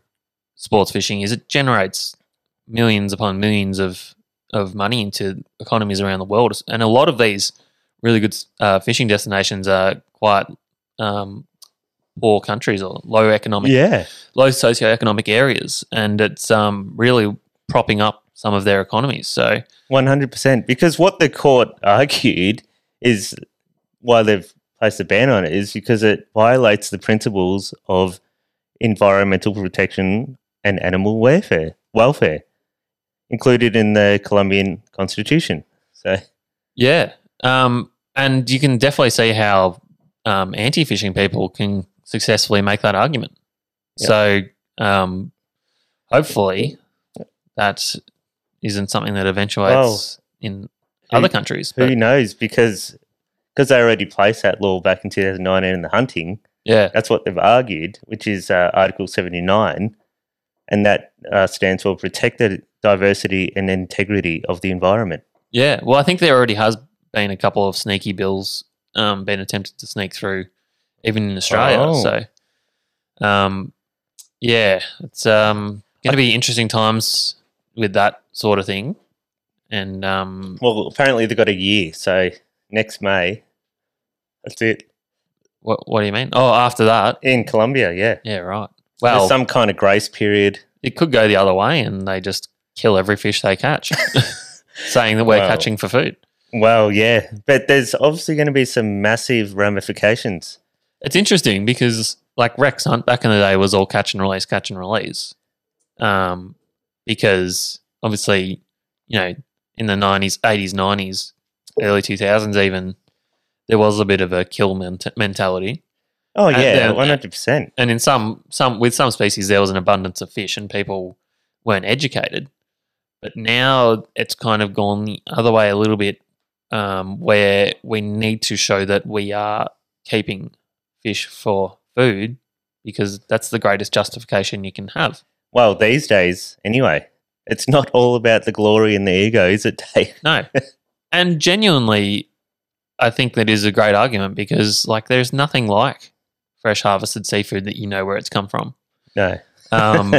Speaker 1: sports fishing is it generates millions upon millions of of money into economies around the world, and a lot of these really good uh, fishing destinations are quite um, poor countries or low economic,
Speaker 2: yeah,
Speaker 1: low socioeconomic areas, and it's um, really propping up some of their economies. So
Speaker 2: one hundred percent. Because what the court *laughs* argued is why they've placed a ban on it is because it violates the principles of environmental protection and animal welfare welfare included in the Colombian constitution. So
Speaker 1: Yeah. Um, and you can definitely see how um, anti fishing people can successfully make that argument.
Speaker 2: Yeah.
Speaker 1: So um, hopefully that isn't something that eventuates in
Speaker 2: who-
Speaker 1: other countries.
Speaker 2: who
Speaker 1: But
Speaker 2: knows? Because because they already placed that law back in 2019 in the hunting,
Speaker 1: yeah.
Speaker 2: That's what they've argued, which is uh, Article 79, and that uh, stands for protect the diversity and integrity of the environment.
Speaker 1: Yeah. Well, I think there already has been a couple of sneaky bills um, been attempted to sneak through, even in Australia.
Speaker 2: Oh.
Speaker 1: So, um, yeah, it's um, going to be interesting times with that sort of thing. And um,
Speaker 2: Well, apparently they've got a year, so next May, that's it.
Speaker 1: What What do you mean? Oh, after that?
Speaker 2: In Colombia, yeah.
Speaker 1: Yeah, right.
Speaker 2: There's
Speaker 1: Well,
Speaker 2: some kind of grace period.
Speaker 1: it could go the other way, and they just kill every fish they
Speaker 2: *laughs*
Speaker 1: catch, saying that we're
Speaker 2: Well.
Speaker 1: catching for food.
Speaker 2: Well, yeah, but there's obviously going to be some massive ramifications.
Speaker 1: It's interesting because like Rex Hunt back in the day was all catch and release, catch and release, um, because obviously you know in the nineties, eighties, nineties, early two thousands, even there was a bit of a kill ment- mentality.
Speaker 2: Oh
Speaker 1: And um,
Speaker 2: yeah,
Speaker 1: then-
Speaker 2: one hundred percent.
Speaker 1: and in some some with some species there was an abundance of fish and people weren't educated but now it's kind of gone the other way a little bit um, where we need to show that we are keeping fish for food because that's the greatest justification you can have
Speaker 2: Well, these days, anyway, it's not all about the glory and the ego, is it, Dave? *laughs*
Speaker 1: no and genuinely i think that is a great argument because like there's nothing like fresh harvested seafood that you know where it's come from
Speaker 2: No. *laughs*
Speaker 1: um,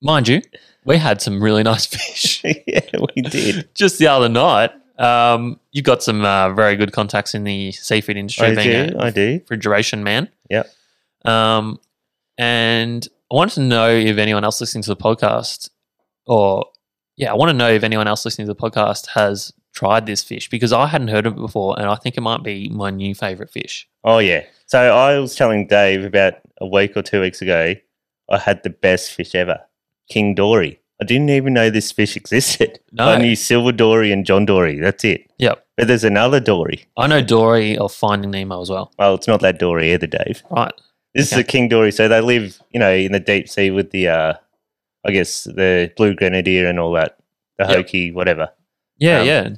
Speaker 1: mind you we had some really nice fish
Speaker 2: yeah, we did.
Speaker 1: just the other night, um, you got some uh, very good contacts in the seafood industry,
Speaker 2: I
Speaker 1: being
Speaker 2: do.
Speaker 1: a
Speaker 2: I do.
Speaker 1: refrigeration man.
Speaker 2: Yep.
Speaker 1: Um, and I wanted to know if anyone else listening to the podcast, or yeah, I want to know if anyone else listening to the podcast has tried this fish because I hadn't heard of it before, and I think it might be my new favorite fish.
Speaker 2: Oh yeah. So I was telling Dave about a week or two weeks ago. I had the best fish ever, king dory. I didn't even know this fish *laughs* existed.
Speaker 1: No,
Speaker 2: I knew silver dory and John dory. That's it.
Speaker 1: Yep.
Speaker 2: But there's another dory.
Speaker 1: I know Dory of Finding Nemo as well.
Speaker 2: Well, it's not that dory either, Dave.
Speaker 1: Right.
Speaker 2: This is
Speaker 1: Okay.
Speaker 2: a king dory. So they live, you know, in the deep sea with the, uh, I guess, the blue grenadier and all that, the
Speaker 1: Yep.
Speaker 2: hoki, whatever.
Speaker 1: Yeah,
Speaker 2: Um,
Speaker 1: yeah.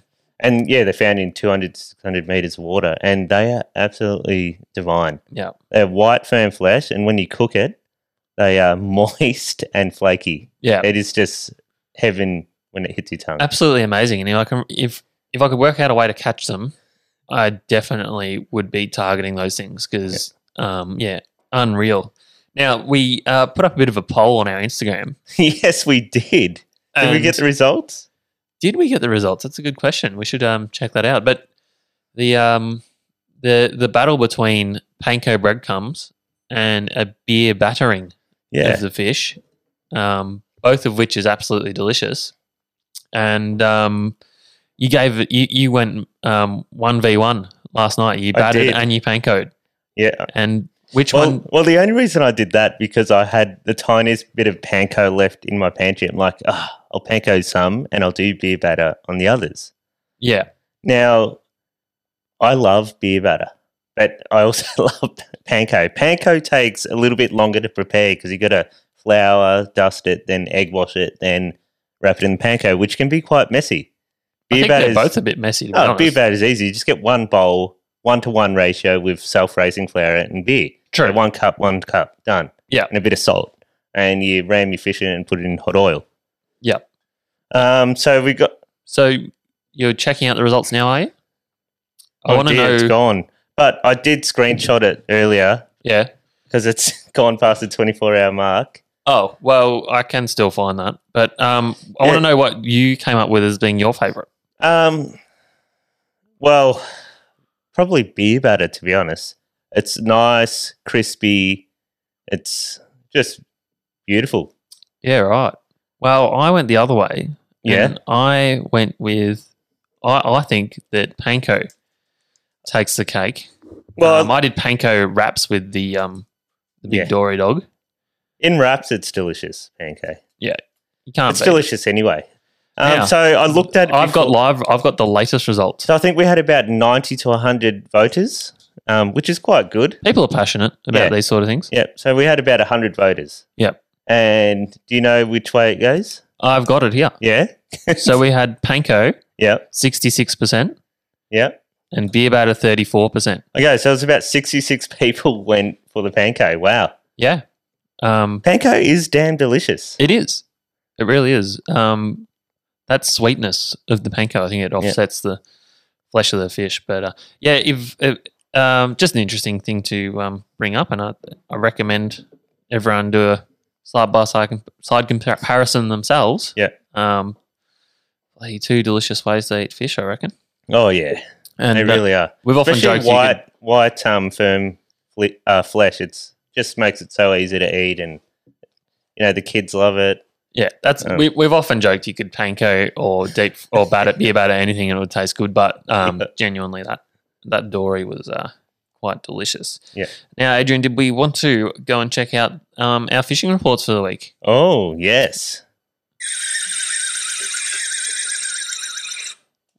Speaker 2: And yeah, they're found in 200, 600 meters of water, and they are absolutely divine.
Speaker 1: Yeah.
Speaker 2: They have white, firm flesh, and when you cook it, they are *laughs* moist and flaky.
Speaker 1: Yeah. Uh,
Speaker 2: It is just heaven when it hits your tongue.
Speaker 1: absolutely amazing. And if I can, if if I could work out a way to catch them, I definitely would be targeting those things because, um, yeah, unreal. Now we uh, put up a bit of a poll on our Instagram.
Speaker 2: *laughs* yes, we did. Did we
Speaker 1: and
Speaker 2: get the results?
Speaker 1: did we get the results? That's a good question. We should um, check that out. But the um, the the battle between panko breadcrumbs and a beer battering
Speaker 2: Yeah.
Speaker 1: of the fish, um, both of which is absolutely delicious. And um, you gave you you went um, one v one last night. You
Speaker 2: I
Speaker 1: batted
Speaker 2: did.
Speaker 1: and you pankoed.
Speaker 2: Yeah.
Speaker 1: And which
Speaker 2: Well,
Speaker 1: one?
Speaker 2: well, the only reason I did that because I had the tiniest bit of panko left in my pantry. I'm like, ah, I'll panko some and I'll do beer batter on the others.
Speaker 1: Yeah,
Speaker 2: Now, I love beer batter, but I also *laughs* love panko. Panko takes a little bit longer to prepare because you got to flour, dust it, then egg wash it, then wrap it in the panko, which can be quite messy.
Speaker 1: I think
Speaker 2: batter's-
Speaker 1: they're both a bit messy. To be
Speaker 2: Oh,
Speaker 1: honest.
Speaker 2: beer batter is easy. You just get one bowl, one to one ratio with self raising flour and beer.
Speaker 1: True.
Speaker 2: So one cup, one cup, done.
Speaker 1: Yeah.
Speaker 2: And a bit of salt. And you ram your fish in and put it in hot oil.
Speaker 1: Yeah.
Speaker 2: Um, so we got.
Speaker 1: So you're checking out the results now, are you? I
Speaker 2: oh
Speaker 1: want to
Speaker 2: dear, It's
Speaker 1: know.
Speaker 2: gone. But I did screenshot it earlier
Speaker 1: Yeah.
Speaker 2: because it's *laughs* gone past the 24 hour mark.
Speaker 1: Oh well, I can still find that, but um, I want
Speaker 2: Yeah.
Speaker 1: to know what you came up with as being your favorite.
Speaker 2: Um, well, probably beer batter, to be honest. It's nice, crispy. It's just beautiful.
Speaker 1: Yeah, right. Well, I went the other way.
Speaker 2: Yeah.
Speaker 1: and I went with. I, I think that panko takes the cake.
Speaker 2: Well,
Speaker 1: um, I did panko wraps with the um, the big
Speaker 2: Yeah.
Speaker 1: dory dog.
Speaker 2: In wraps, it's delicious pancake.
Speaker 1: You can't.
Speaker 2: It's
Speaker 1: beat.
Speaker 2: delicious anyway. Um,
Speaker 1: Now,
Speaker 2: so I looked at. it
Speaker 1: Oh, I've got
Speaker 2: before.
Speaker 1: live. I've got the latest results.
Speaker 2: So I think we had about ninety to hundred voters, um, which is quite good.
Speaker 1: People are passionate about
Speaker 2: Yeah.
Speaker 1: these sort of things.
Speaker 2: Yep. So we had about hundred voters.
Speaker 1: Yep.
Speaker 2: And do you know which way it goes?
Speaker 1: I've got it here.
Speaker 2: Yeah.
Speaker 1: so we had panko
Speaker 2: Yep.
Speaker 1: sixty six percent
Speaker 2: Yep.
Speaker 1: and beer batter thirty four percent.
Speaker 2: Okay. So it was about sixty-six *laughs* people went for the pancake. Wow.
Speaker 1: Yeah, um,
Speaker 2: Panko is damn delicious.
Speaker 1: it is. It really is. Um, that sweetness of the panko, I think it offsets the flesh of the fish. But uh, yeah, if, if um, just an interesting thing to um, bring up, and I, I recommend everyone do a side by side com- side compar- comparison themselves.
Speaker 2: Yeah.
Speaker 1: Um, bloody two delicious ways to eat fish, I reckon.
Speaker 2: Oh yeah,
Speaker 1: And
Speaker 2: they
Speaker 1: that-
Speaker 2: really are.
Speaker 1: we've often
Speaker 2: Especially
Speaker 1: joked you could-
Speaker 2: white, white, um, firm fli uh, flesh. It's just makes it so easy to eat, and you know the kids love it.
Speaker 1: Yeah, that's
Speaker 2: Um,
Speaker 1: we, we've often joked you could panko or deep or batter beer batter anything and it would taste good, but um,
Speaker 2: Yeah.
Speaker 1: genuinely that that dory was uh, quite delicious.
Speaker 2: Yeah.
Speaker 1: Now, Adrian, did we want to go and check out um, our fishing reports for the week?
Speaker 2: Oh
Speaker 1: *laughs*
Speaker 2: yes.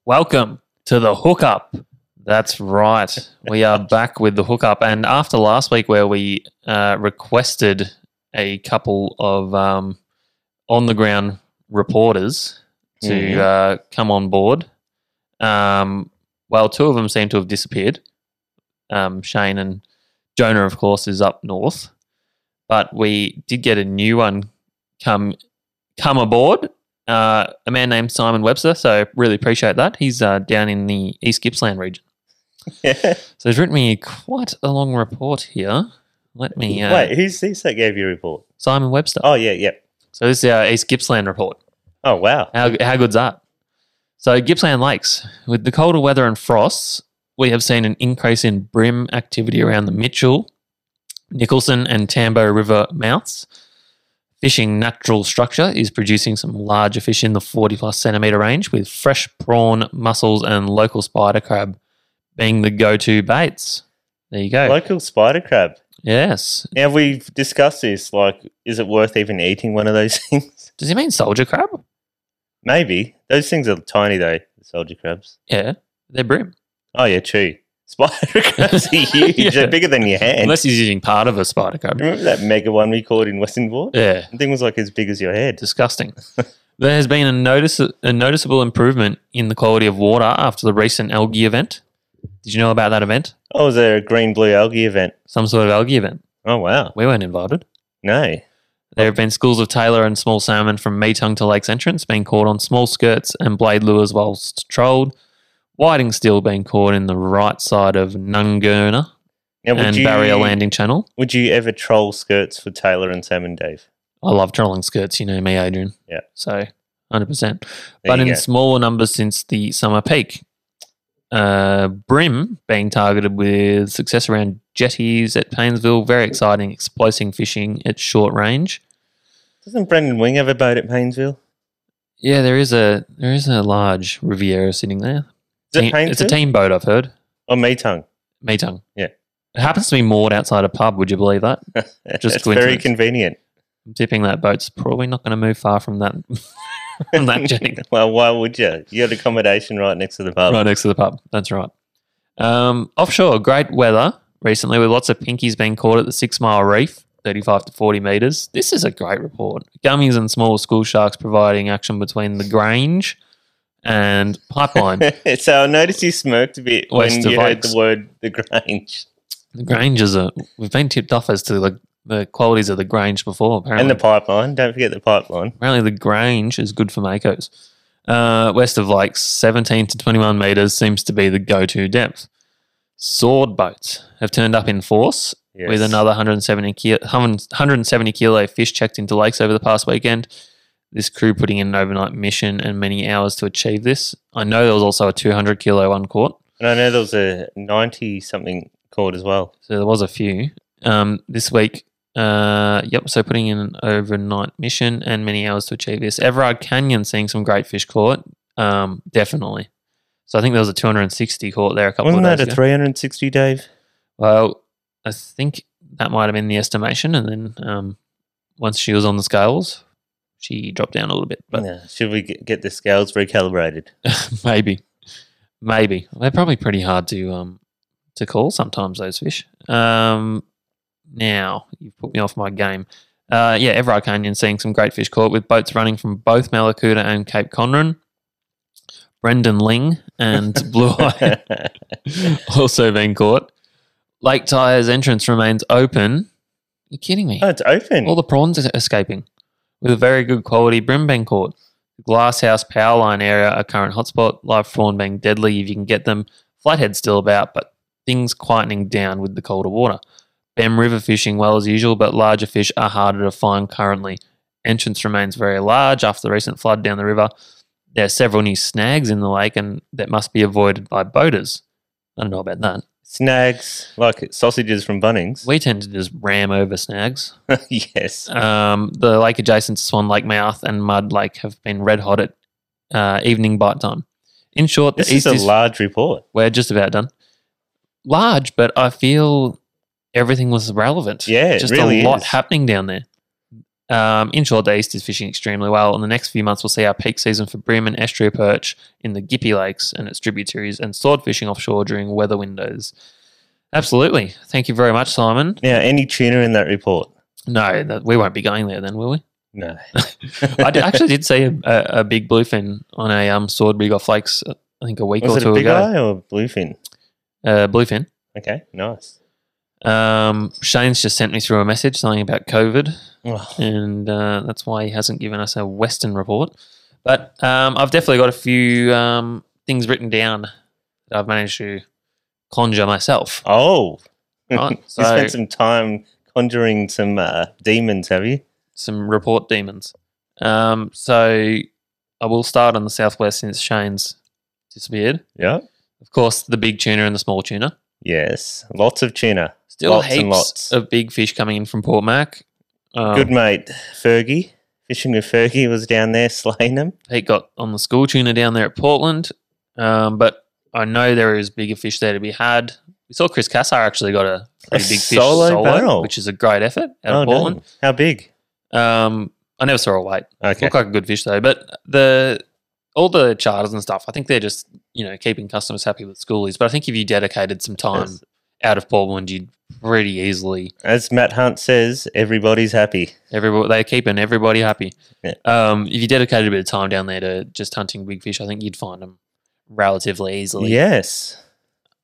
Speaker 1: Welcome to the hookup. That's right. We are back with the hookup, and after last week where we uh, requested a couple of um, on the ground reporters to
Speaker 2: Mhm.
Speaker 1: uh, come on board, um, well, two of them seem to have disappeared. Um, Shane and Jonah, of course, is up north, but we did get a new one come come aboard uh, a man named Simon Webster. So really appreciate that. He's uh, down in the East Gippsland region.
Speaker 2: *laughs*
Speaker 1: So he's written me quite a long report here. Let me uh,
Speaker 2: Wait, who's this that gave you a report?
Speaker 1: Simon Webster.
Speaker 2: Oh yeah, yeah.
Speaker 1: So this is our East Gippsland report.
Speaker 2: Oh wow.
Speaker 1: How, how good's that? So Gippsland Lakes, with the colder weather and frosts, we have seen an increase in brim activity around the Mitchell, Nicholson, and Tambo River mouths. Fishing natural structure is producing some larger fish in the 40 plus centimetre range, with fresh prawn, mussels, and local spider crab being the go to baits. There you go.
Speaker 2: Local spider crab.
Speaker 1: yes.
Speaker 2: Now we've discussed this. Like, is it worth even eating one of those *laughs* things?
Speaker 1: Does he mean soldier crab?
Speaker 2: Maybe those things are tiny though. the Soldier crabs.
Speaker 1: Yeah, they're brim.
Speaker 2: Oh yeah, true. *laughs* Spider crabs
Speaker 1: *laughs*
Speaker 2: are huge.
Speaker 1: Yeah.
Speaker 2: They're bigger than your hand.
Speaker 1: Unless he's using part of a spider crab.
Speaker 2: Remember that mega one we caught in Western Ward?
Speaker 1: Yeah.
Speaker 2: The thing was like as big as your head.
Speaker 1: disgusting. *laughs* there has been a, notice- a noticeable improvement in the quality of water after the recent algae event. Did you know about that event?
Speaker 2: Oh, was there a green blue algae event?
Speaker 1: Some sort of algae event.
Speaker 2: Oh wow.
Speaker 1: We weren't invited.
Speaker 2: No.
Speaker 1: There have been schools of Taylor and small salmon from Meetung to Lake's entrance being caught on small skirts and blade lures whilst trolled. Whiting still being caught in the right side of Nungurna
Speaker 2: Now, would
Speaker 1: and
Speaker 2: you,
Speaker 1: Barrier Landing Channel.
Speaker 2: Would you ever troll skirts for Taylor and Sam and Dave?
Speaker 1: I love trolling skirts, you know me, Adrian.
Speaker 2: Yeah.
Speaker 1: So, 100%.
Speaker 2: There
Speaker 1: but
Speaker 2: you
Speaker 1: in
Speaker 2: go.
Speaker 1: smaller numbers since the summer peak. Uh, Brim being targeted with success around jetties at Painesville. Very exciting, explosive fishing at short range.
Speaker 2: Doesn't Brendan Wing have a boat at Painesville?
Speaker 1: Yeah, there is a there is a large Riviera sitting there.
Speaker 2: Is
Speaker 1: Team-
Speaker 2: it Painesville? Oh,
Speaker 1: it's a team boat, I've heard.
Speaker 2: Or *laughs* Meetung?
Speaker 1: Meetung.
Speaker 2: Yeah.
Speaker 1: It happens to be moored outside a pub, would you believe that?
Speaker 2: Just That's very
Speaker 1: coincidence.
Speaker 2: convenient.
Speaker 1: I'm tipping that boat's probably not going to move far from that *laughs* from that jetty.
Speaker 2: *laughs* well, why would you? You got accommodation right next to the pub.
Speaker 1: right next to the pub. That's right. Um, offshore, great weather recently with lots of pinkies being caught at the Six Mile Reef, 35 to 40 metres. This is a great report. Gummies and small school sharks providing action between the Grange and
Speaker 2: *laughs*
Speaker 1: Pipeline.
Speaker 2: so I noticed you smirked a bit
Speaker 1: West
Speaker 2: when
Speaker 1: of
Speaker 2: you heard
Speaker 1: Oaks.
Speaker 2: the word the Grange
Speaker 1: the Grange is a. We've been tipped off as to the, the qualities of the Grange before, apparently.
Speaker 2: and the pipeline. Don't forget the pipeline.
Speaker 1: Apparently, the Grange is good for makos. Uh, west of Lakes, 17 to 21 metres seems to be the go to depth. Sword boats have turned up in force
Speaker 2: Yes.
Speaker 1: with another 170 kilo, 170 kilo fish checked into lakes over the past weekend. This crew putting in an overnight mission and many hours to achieve this. I know there was also a 200 kilo one caught,
Speaker 2: And I know there was a ninety something caught as well.
Speaker 1: so there was a few um, this week. Uh, yep, so putting in an overnight mission and many hours to achieve this. Everard Canyon seeing some great fish caught, um, definitely. So I think there was a 260 caught there a couple
Speaker 2: Wasn't
Speaker 1: of
Speaker 2: that
Speaker 1: days
Speaker 2: a
Speaker 1: ago.
Speaker 2: three hundred and sixty, Dave?
Speaker 1: Well, I think that might have been the estimation, and then um, once she was on the scales, she dropped down a little bit. But
Speaker 2: No. Should we get get the
Speaker 1: *laughs*
Speaker 2: scales recalibrated?
Speaker 1: maybe, maybe they're probably pretty hard to um to call sometimes those fish. Um, now you've put me off my game. Uh, yeah, Everard Canyon seeing some great fish caught with boats running from both Malakuta and Cape Conran. Brendan Ling and *laughs* Blue Eye *laughs* also been caught. Lake Tyre's entrance remains open. You're kidding me.
Speaker 2: *laughs* oh, it's open.
Speaker 1: All the prawns are escaping with a very good quality brim being caught. Glasshouse power line area, a current hotspot, live prawn being deadly if you can get them. Flathead still about, but things quietening down with the colder water. Bem River fishing well as usual, but larger fish are harder to find currently. Entrance remains very large after the recent flood down the river. There are several new snags in the lake and that must be avoided by boaters. I don't know about that.
Speaker 2: Snags like sausages from Bunnings.
Speaker 1: We tend to just ram over snags.
Speaker 2: *laughs* yes.
Speaker 1: Um, the lake adjacent to Swan Lake Mouth and Mud Lake have been red hot at uh, evening bite time. In short, the
Speaker 2: This is
Speaker 1: east
Speaker 2: a
Speaker 1: is
Speaker 2: large report.
Speaker 1: we're just about done. Large, but I feel everything was relevant.
Speaker 2: Yeah, it
Speaker 1: just
Speaker 2: really
Speaker 1: a lot
Speaker 2: is.
Speaker 1: happening down there. Um, in short, the east is fishing extremely well. In the next few months, we'll see our peak season for bream and estuary perch in the Gippy Lakes and its tributaries, and sword fishing offshore during weather windows. Absolutely. Thank you very much, Simon.
Speaker 2: Now, any tuna in that report?
Speaker 1: No, that, we won't be going there then, will we?
Speaker 2: No.
Speaker 1: *laughs* I did- actually did see a, a, a big bluefin on a um, sword rig off lakes. uh, I think a week
Speaker 2: Was
Speaker 1: or
Speaker 2: it
Speaker 1: two
Speaker 2: a big
Speaker 1: ago.
Speaker 2: eye or bluefin?
Speaker 1: Uh, bluefin.
Speaker 2: Okay, nice.
Speaker 1: Um, Shane's just sent me through a message something about COVID,
Speaker 2: Oh,
Speaker 1: and uh, that's why he hasn't given us a Western report. But um, I've definitely got a few um, things written down that I've managed to conjure
Speaker 2: *laughs*
Speaker 1: myself.
Speaker 2: *laughs* oh.
Speaker 1: Right,
Speaker 2: you
Speaker 1: so-
Speaker 2: spent some time conjuring some uh, demons, have you?
Speaker 1: some report demons. Um, so I will start on the southwest since Shane's disappeared.
Speaker 2: Yeah.
Speaker 1: Of course, the big tuna and the small tuna.
Speaker 2: Yes, lots of tuna.
Speaker 1: Still
Speaker 2: Lots
Speaker 1: heaps
Speaker 2: and lots.
Speaker 1: of big fish coming in from Port Mac. Um,
Speaker 2: Good mate, Fergie. Fishing with Fergie was down there *laughs* slaying them.
Speaker 1: Pete got on the school tuna down there at Portland, um, but I know there is bigger fish there to be had. We saw Chris Cassar actually got a pretty big fish
Speaker 2: solo barrel.
Speaker 1: which is a great effort out of
Speaker 2: Oh, no.
Speaker 1: Portland.
Speaker 2: How big?
Speaker 1: Um, I never saw a weight.
Speaker 2: Okay.
Speaker 1: Look like a good fish though, but the all the charters and stuff. I think they're just you know keeping customers happy with schoolies. But I think if you dedicated some time
Speaker 2: Yes.
Speaker 1: out of Portland, you'd pretty easily
Speaker 2: As Matt Hunt says, everybody's happy.
Speaker 1: Everybody, they're keeping everybody happy.
Speaker 2: Yeah.
Speaker 1: Um, if you dedicated a bit of time down there to just hunting big fish, I think you'd find them relatively easily.
Speaker 2: Yes.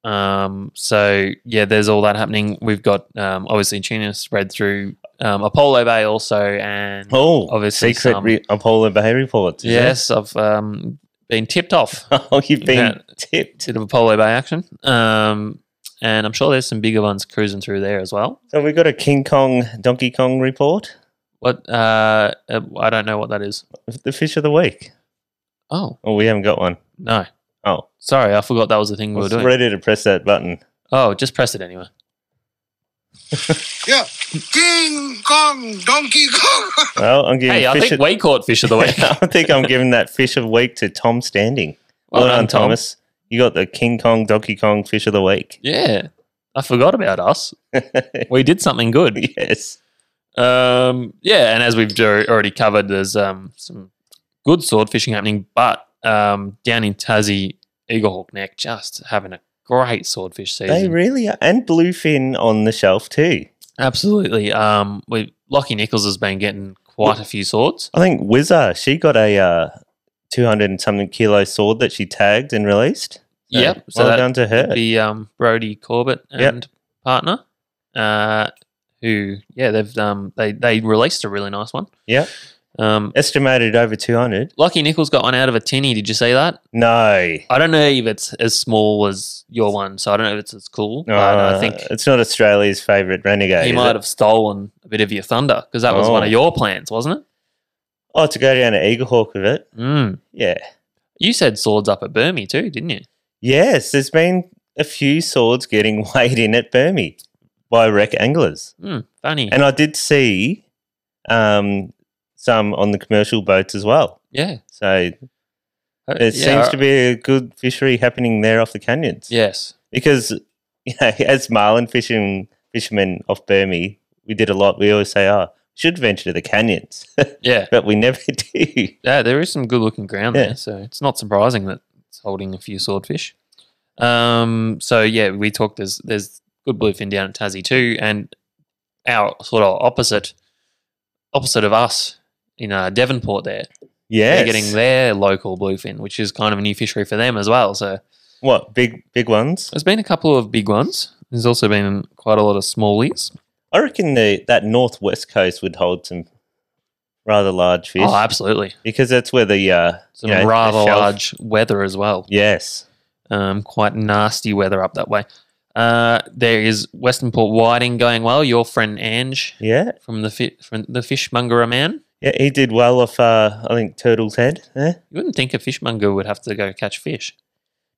Speaker 1: Um, so yeah, there's all that happening. We've got um, obviously tuna spread through um, Apollo Bay also, and
Speaker 2: Oh,
Speaker 1: Obviously
Speaker 2: secret
Speaker 1: some-
Speaker 2: re- Apollo Bay reports. is
Speaker 1: yes, I've um, been tipped off
Speaker 2: it? *laughs* Oh, you've been
Speaker 1: Yeah.
Speaker 2: tipped.
Speaker 1: to the Apollo Bay action. Um, and I'm sure there's some bigger ones cruising through there as well.
Speaker 2: So we got a King Kong, Donkey Kong report.
Speaker 1: What? Uh, uh, I don't know what that is.
Speaker 2: The fish of the week.
Speaker 1: Oh
Speaker 2: Oh, we haven't got one.
Speaker 1: no,
Speaker 2: Oh,
Speaker 1: Sorry, I forgot that was the thing
Speaker 2: I
Speaker 1: we were
Speaker 2: was
Speaker 1: doing.
Speaker 2: ready to press that button.
Speaker 1: Oh, just press it anyway.
Speaker 5: Yeah. King Kong, Donkey Kong.
Speaker 2: Well, I'm giving
Speaker 1: Hey, I
Speaker 2: fish
Speaker 1: think
Speaker 2: of-
Speaker 1: we caught fish of the week.
Speaker 2: *laughs* I think I'm giving that fish of the week to Tom Standing. Well, done,
Speaker 1: Tom.
Speaker 2: Thomas. You got the King Kong Donkey Kong fish of the week. *laughs*
Speaker 1: Yeah, I forgot about us. We did something good.
Speaker 2: *laughs* yes.
Speaker 1: Um, yeah, and as we've jo- already covered, there's um, some good sword fishing happening, but um, down in Tassie, Eaglehawk Neck just having a great swordfish season.
Speaker 2: They really are. And bluefin on the shelf too.
Speaker 1: Absolutely. Um, we Lockie Nichols has been getting quite a few swords.
Speaker 2: I think Wizza, she got a uh, 200 and something kilo sword that she tagged and released. So,
Speaker 1: yep. So
Speaker 2: well
Speaker 1: that
Speaker 2: done to her.
Speaker 1: would be um, Brody Corbett
Speaker 2: Yep.
Speaker 1: and partner, uh, who yeah they've um, they they released a really nice one.
Speaker 2: Yep.
Speaker 1: Um,
Speaker 2: Estimated over 200.
Speaker 1: Lockie Nichols got one out of a tinny. Did you see that?
Speaker 2: No.
Speaker 1: I don't know if it's as small as your one, so I don't know if it's as cool. But
Speaker 2: Uh,
Speaker 1: I think
Speaker 2: it's not Australia's favourite renegade.
Speaker 1: he
Speaker 2: is
Speaker 1: might
Speaker 2: it?
Speaker 1: have stolen a bit of your thunder because that was one
Speaker 2: Oh.
Speaker 1: of your plans, wasn't
Speaker 2: Oh, to go down to Eaglehawk with it.
Speaker 1: it? Mm.
Speaker 2: Yeah.
Speaker 1: You said swords up at Burmy too, didn't you?
Speaker 2: Yes, there's been a few swords getting *laughs* weighed in at Burmy by wreck anglers.
Speaker 1: Mm, funny.
Speaker 2: And I did see um, some on the commercial boats as well.
Speaker 1: yeah.
Speaker 2: So
Speaker 1: Uh,
Speaker 2: it
Speaker 1: yeah,
Speaker 2: seems
Speaker 1: I-
Speaker 2: to be a good fishery happening there off the canyons.
Speaker 1: Yes.
Speaker 2: Because, *laughs* you know, as marlin fishing fishermen off Burmy, we did a lot. We always say, oh, should venture to the canyons, *laughs*
Speaker 1: Yeah.
Speaker 2: but we never *laughs* do.
Speaker 1: Yeah, there is some good looking ground
Speaker 2: Yeah.
Speaker 1: there, so it's not surprising that it's holding a few swordfish. Um, so yeah, we talked. There's there's good bluefin down at Tassie too, and our sort of opposite opposite of us in uh, Devonport there.
Speaker 2: Yes.
Speaker 1: They're getting their local bluefin, which is kind of a new fishery for them as well. So
Speaker 2: What, big, big ones?
Speaker 1: there's been a couple of big ones. There's also been quite a lot of smallies.
Speaker 2: I reckon the, that northwest coast would hold some rather large fish
Speaker 1: Oh, absolutely.
Speaker 2: because that's where the uh,
Speaker 1: Some
Speaker 2: you know, the
Speaker 1: rather
Speaker 2: shelf-
Speaker 1: large weather as well.
Speaker 2: Yes,
Speaker 1: um, quite nasty weather up that way. Uh, there is Western Port Whiting going well. Your friend Ange
Speaker 2: yeah,
Speaker 1: from the fi- from the fishmonger man.
Speaker 2: yeah. He did well off, uh, I think, Turtle's Head. Eh?
Speaker 1: You wouldn't think a fishmonger would have to go catch fish.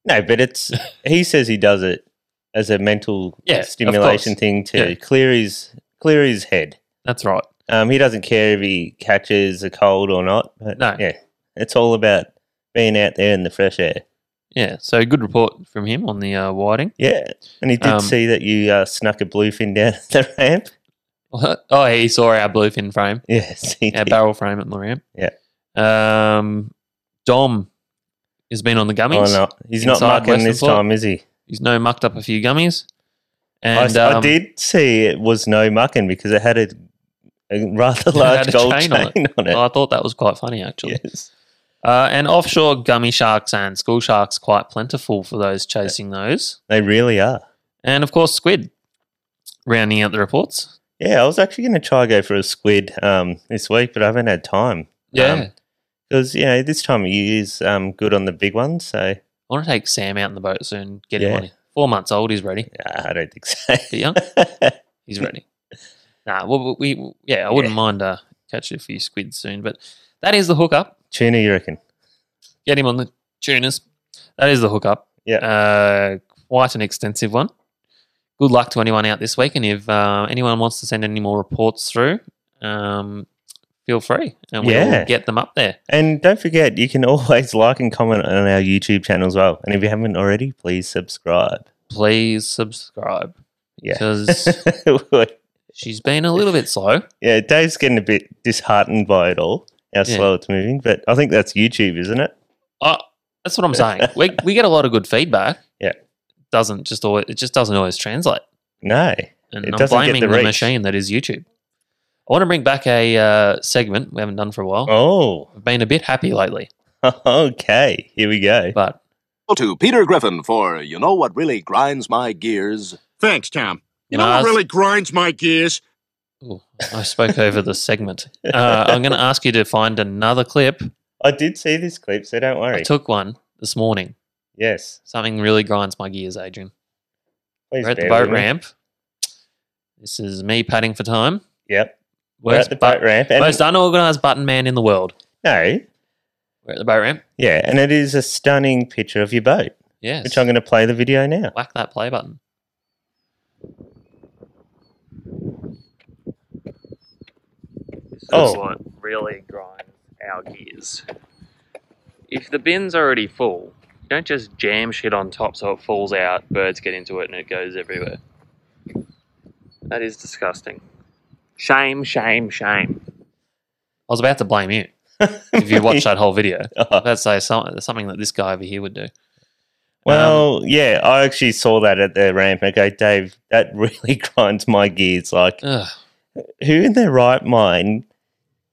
Speaker 2: No,
Speaker 1: *laughs*
Speaker 2: but it's he says he does it as a mental
Speaker 1: Yeah, of
Speaker 2: stimulation
Speaker 1: course.
Speaker 2: thing to
Speaker 1: Yeah.
Speaker 2: clear his clear his head.
Speaker 1: That's right.
Speaker 2: Um, he doesn't care if he catches a cold or not. But
Speaker 1: No.
Speaker 2: yeah, it's all about being out there in the fresh air.
Speaker 1: Yeah. So good report from him on the uh, Whiting. *laughs*
Speaker 2: Yeah, and he did
Speaker 1: Um,
Speaker 2: see that you uh, snuck a bluefin down *laughs* the ramp.
Speaker 1: oh, he saw our bluefin
Speaker 2: *laughs*
Speaker 1: frame,
Speaker 2: Yes, he
Speaker 1: our
Speaker 2: did.
Speaker 1: barrel frame at the ramp.
Speaker 2: Yeah.
Speaker 1: Um, Dom has been on the
Speaker 2: Oh,
Speaker 1: gummies.
Speaker 2: no. He's not
Speaker 1: Inside
Speaker 2: mucking
Speaker 1: Western
Speaker 2: this
Speaker 1: Port.
Speaker 2: time, is he?
Speaker 1: He's no mucked up a few gummies.
Speaker 2: I
Speaker 1: And
Speaker 2: s- I,
Speaker 1: um,
Speaker 2: did see it was no mucking because it had a, a
Speaker 1: *laughs*
Speaker 2: rather
Speaker 1: It
Speaker 2: large
Speaker 1: had a
Speaker 2: gold chain,
Speaker 1: chain on it.
Speaker 2: on *laughs* it.
Speaker 1: I thought that was quite funny actually.
Speaker 2: yes.
Speaker 1: Uh, and offshore gummy sharks and school sharks quite plentiful for those chasing those.
Speaker 2: They really are.
Speaker 1: And of course, squid rounding out the reports.
Speaker 2: Yeah, I was actually going to try go for a squid um, this week, but I haven't had time.
Speaker 1: Yeah.
Speaker 2: Um, because you know this time of year is um, good on the big ones, so
Speaker 1: I want to take Sam out in the boat soon, get him
Speaker 2: Yeah.
Speaker 1: on it. Four months old, he's ready.
Speaker 2: nah, I don't think so.
Speaker 1: Bit young, he's *laughs* ready. Nah, well, we, we- yeah, I wouldn't mind uh, catching a few squid soon. But that is the hookup.
Speaker 2: *laughs* Tuna, you reckon?
Speaker 1: Get him on the tuners. That is the hookup.
Speaker 2: Yeah.
Speaker 1: Uh, quite an extensive one. Good luck to anyone out this week. And if uh, anyone wants to send any more reports through, um, feel free and we'll
Speaker 2: Yeah.
Speaker 1: get them up there.
Speaker 2: And don't forget, you can *laughs* always like and comment on our YouTube channel as well. And if you haven't already, please subscribe. *laughs*
Speaker 1: Please subscribe
Speaker 2: Yeah. *laughs*
Speaker 1: because she's been a little bit slow.
Speaker 2: yeah, Dave's getting a bit disheartened by it all, how
Speaker 1: Yeah.
Speaker 2: slow it's moving. But I think that's YouTube, isn't it?
Speaker 1: Uh, that's what I'm saying. we, we get a lot of good feedback.
Speaker 2: Yeah.
Speaker 1: Doesn't just always, it just doesn't always translate.
Speaker 2: No.
Speaker 1: And
Speaker 2: It
Speaker 1: I'm
Speaker 2: doesn't get
Speaker 1: blaming
Speaker 2: the
Speaker 1: the,
Speaker 2: reach.
Speaker 1: machine that is YouTube. I want to bring back a uh, segment we haven't done for a while.
Speaker 2: Oh,
Speaker 1: I've been a bit happy lately,
Speaker 2: *laughs* okay. Here we go.
Speaker 1: but
Speaker 6: Well, to Peter Griffin for You Know What Really Grinds My Gears.
Speaker 5: Thanks, Tom. You know
Speaker 1: Nas-
Speaker 5: what really grinds my gears?
Speaker 1: Ooh, I spoke over the segment. Uh, I'm going to ask you to find another clip.
Speaker 2: I did see this clip, so don't
Speaker 1: I
Speaker 2: worry.
Speaker 1: took one this morning.
Speaker 2: yes.
Speaker 1: Something really grinds my gears, Adrian.
Speaker 2: Please
Speaker 1: We're at the
Speaker 2: bear
Speaker 1: boat
Speaker 2: with me.
Speaker 1: ramp. This is me padding for time.
Speaker 2: Yep. We're
Speaker 1: Worst
Speaker 2: at the
Speaker 1: bu-
Speaker 2: boat ramp. And
Speaker 1: most unorganized button man in the world.
Speaker 2: no,
Speaker 1: We're at the boat ramp.
Speaker 2: Yeah, and it is a stunning picture of your boat,
Speaker 1: Yes. Um,
Speaker 2: which I'm going to play the video now.
Speaker 1: Whack that play button.
Speaker 4: This
Speaker 2: Oh.
Speaker 4: is what really grinds our gears.
Speaker 1: If the bin's already full, you don't just jam shit on top so it falls out, birds get into it, and it goes everywhere. That is disgusting. Shame, shame, shame. I was about to blame you if you watched that whole video.
Speaker 2: Oh,
Speaker 1: I'd say some, something that this guy over here would do.
Speaker 2: well, yeah, I actually saw that at the ramp. Okay, Dave, that *laughs* really grinds my gears. Like,
Speaker 1: Ugh.
Speaker 2: who in their right mind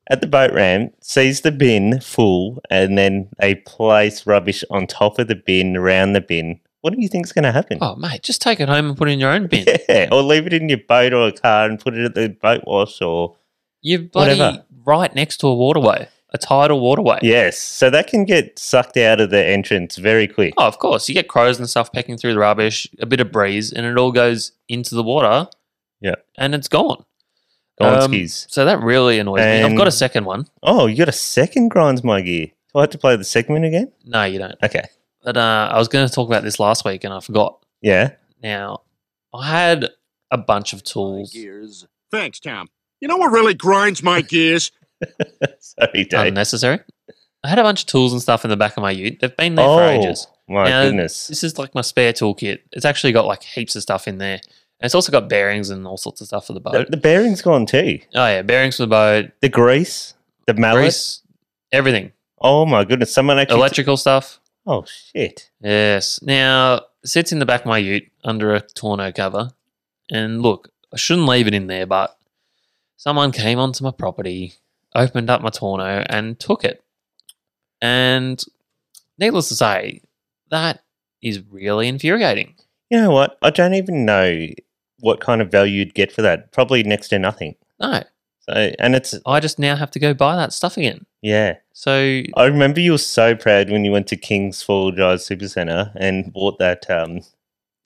Speaker 2: at the boat ramp sees the bin full and then they place rubbish on top of the bin, around the bin? What do you think's going to happen?
Speaker 1: Oh, mate, just take it home and put it in your own bin.
Speaker 2: *laughs* Yeah, or leave it in your boat or a car and put it at the boat wash or
Speaker 1: You're bloody
Speaker 2: Whatever.
Speaker 1: right next to a waterway, a tidal waterway.
Speaker 2: yes. So that can get sucked out of the entrance very quick.
Speaker 1: Oh, of course. You get crows and stuff pecking through the rubbish, a bit of breeze, and it all goes into the water.
Speaker 2: Yeah.
Speaker 1: And it's gone. Um,
Speaker 2: Gonskis.
Speaker 1: So that really annoys me. I've
Speaker 2: And-
Speaker 1: got a second one.
Speaker 2: oh, you got a second grinds my gear. Do I have to play the segment again?
Speaker 1: No, you don't.
Speaker 2: Okay.
Speaker 1: But uh, I was going to talk about this last week and I forgot.
Speaker 2: Yeah. *laughs*
Speaker 1: Now, I had a bunch of
Speaker 6: My
Speaker 1: tools,
Speaker 6: gears.
Speaker 5: Thanks, Tom. You know what really
Speaker 6: *laughs*
Speaker 5: grinds my gears?
Speaker 1: Oh,
Speaker 2: Sorry, Dave.
Speaker 1: unnecessary. I had a bunch of tools and stuff in the back of my ute. They've been there for
Speaker 2: Oh,
Speaker 1: ages.
Speaker 2: my
Speaker 1: Now,
Speaker 2: goodness.
Speaker 1: This is like my spare toolkit. It's actually got like heaps of stuff in there. And it's also got bearings and all sorts of stuff for the
Speaker 2: The,
Speaker 1: boat.
Speaker 2: the bearing's gone too.
Speaker 1: oh, yeah. Bearings for the boat,
Speaker 2: The grease, the mallet.
Speaker 1: grease, everything.
Speaker 2: Oh, my goodness. Someone actually.
Speaker 1: Electrical stuff.
Speaker 2: oh, shit.
Speaker 1: Yes. Now sits in the back of my ute under a torno cover, and look, I shouldn't leave it in there, but someone came onto my property, opened up my torno, and took it. And needless to say, that is really infuriating.
Speaker 2: You know what? I don't even know what kind of value you'd get for that. Probably next to nothing.
Speaker 1: No,
Speaker 2: So, and it's,
Speaker 1: I just now have to go buy that stuff again.
Speaker 2: yeah.
Speaker 1: So
Speaker 2: I remember you were so proud when you went to King's Four Drive Supercenter and bought that um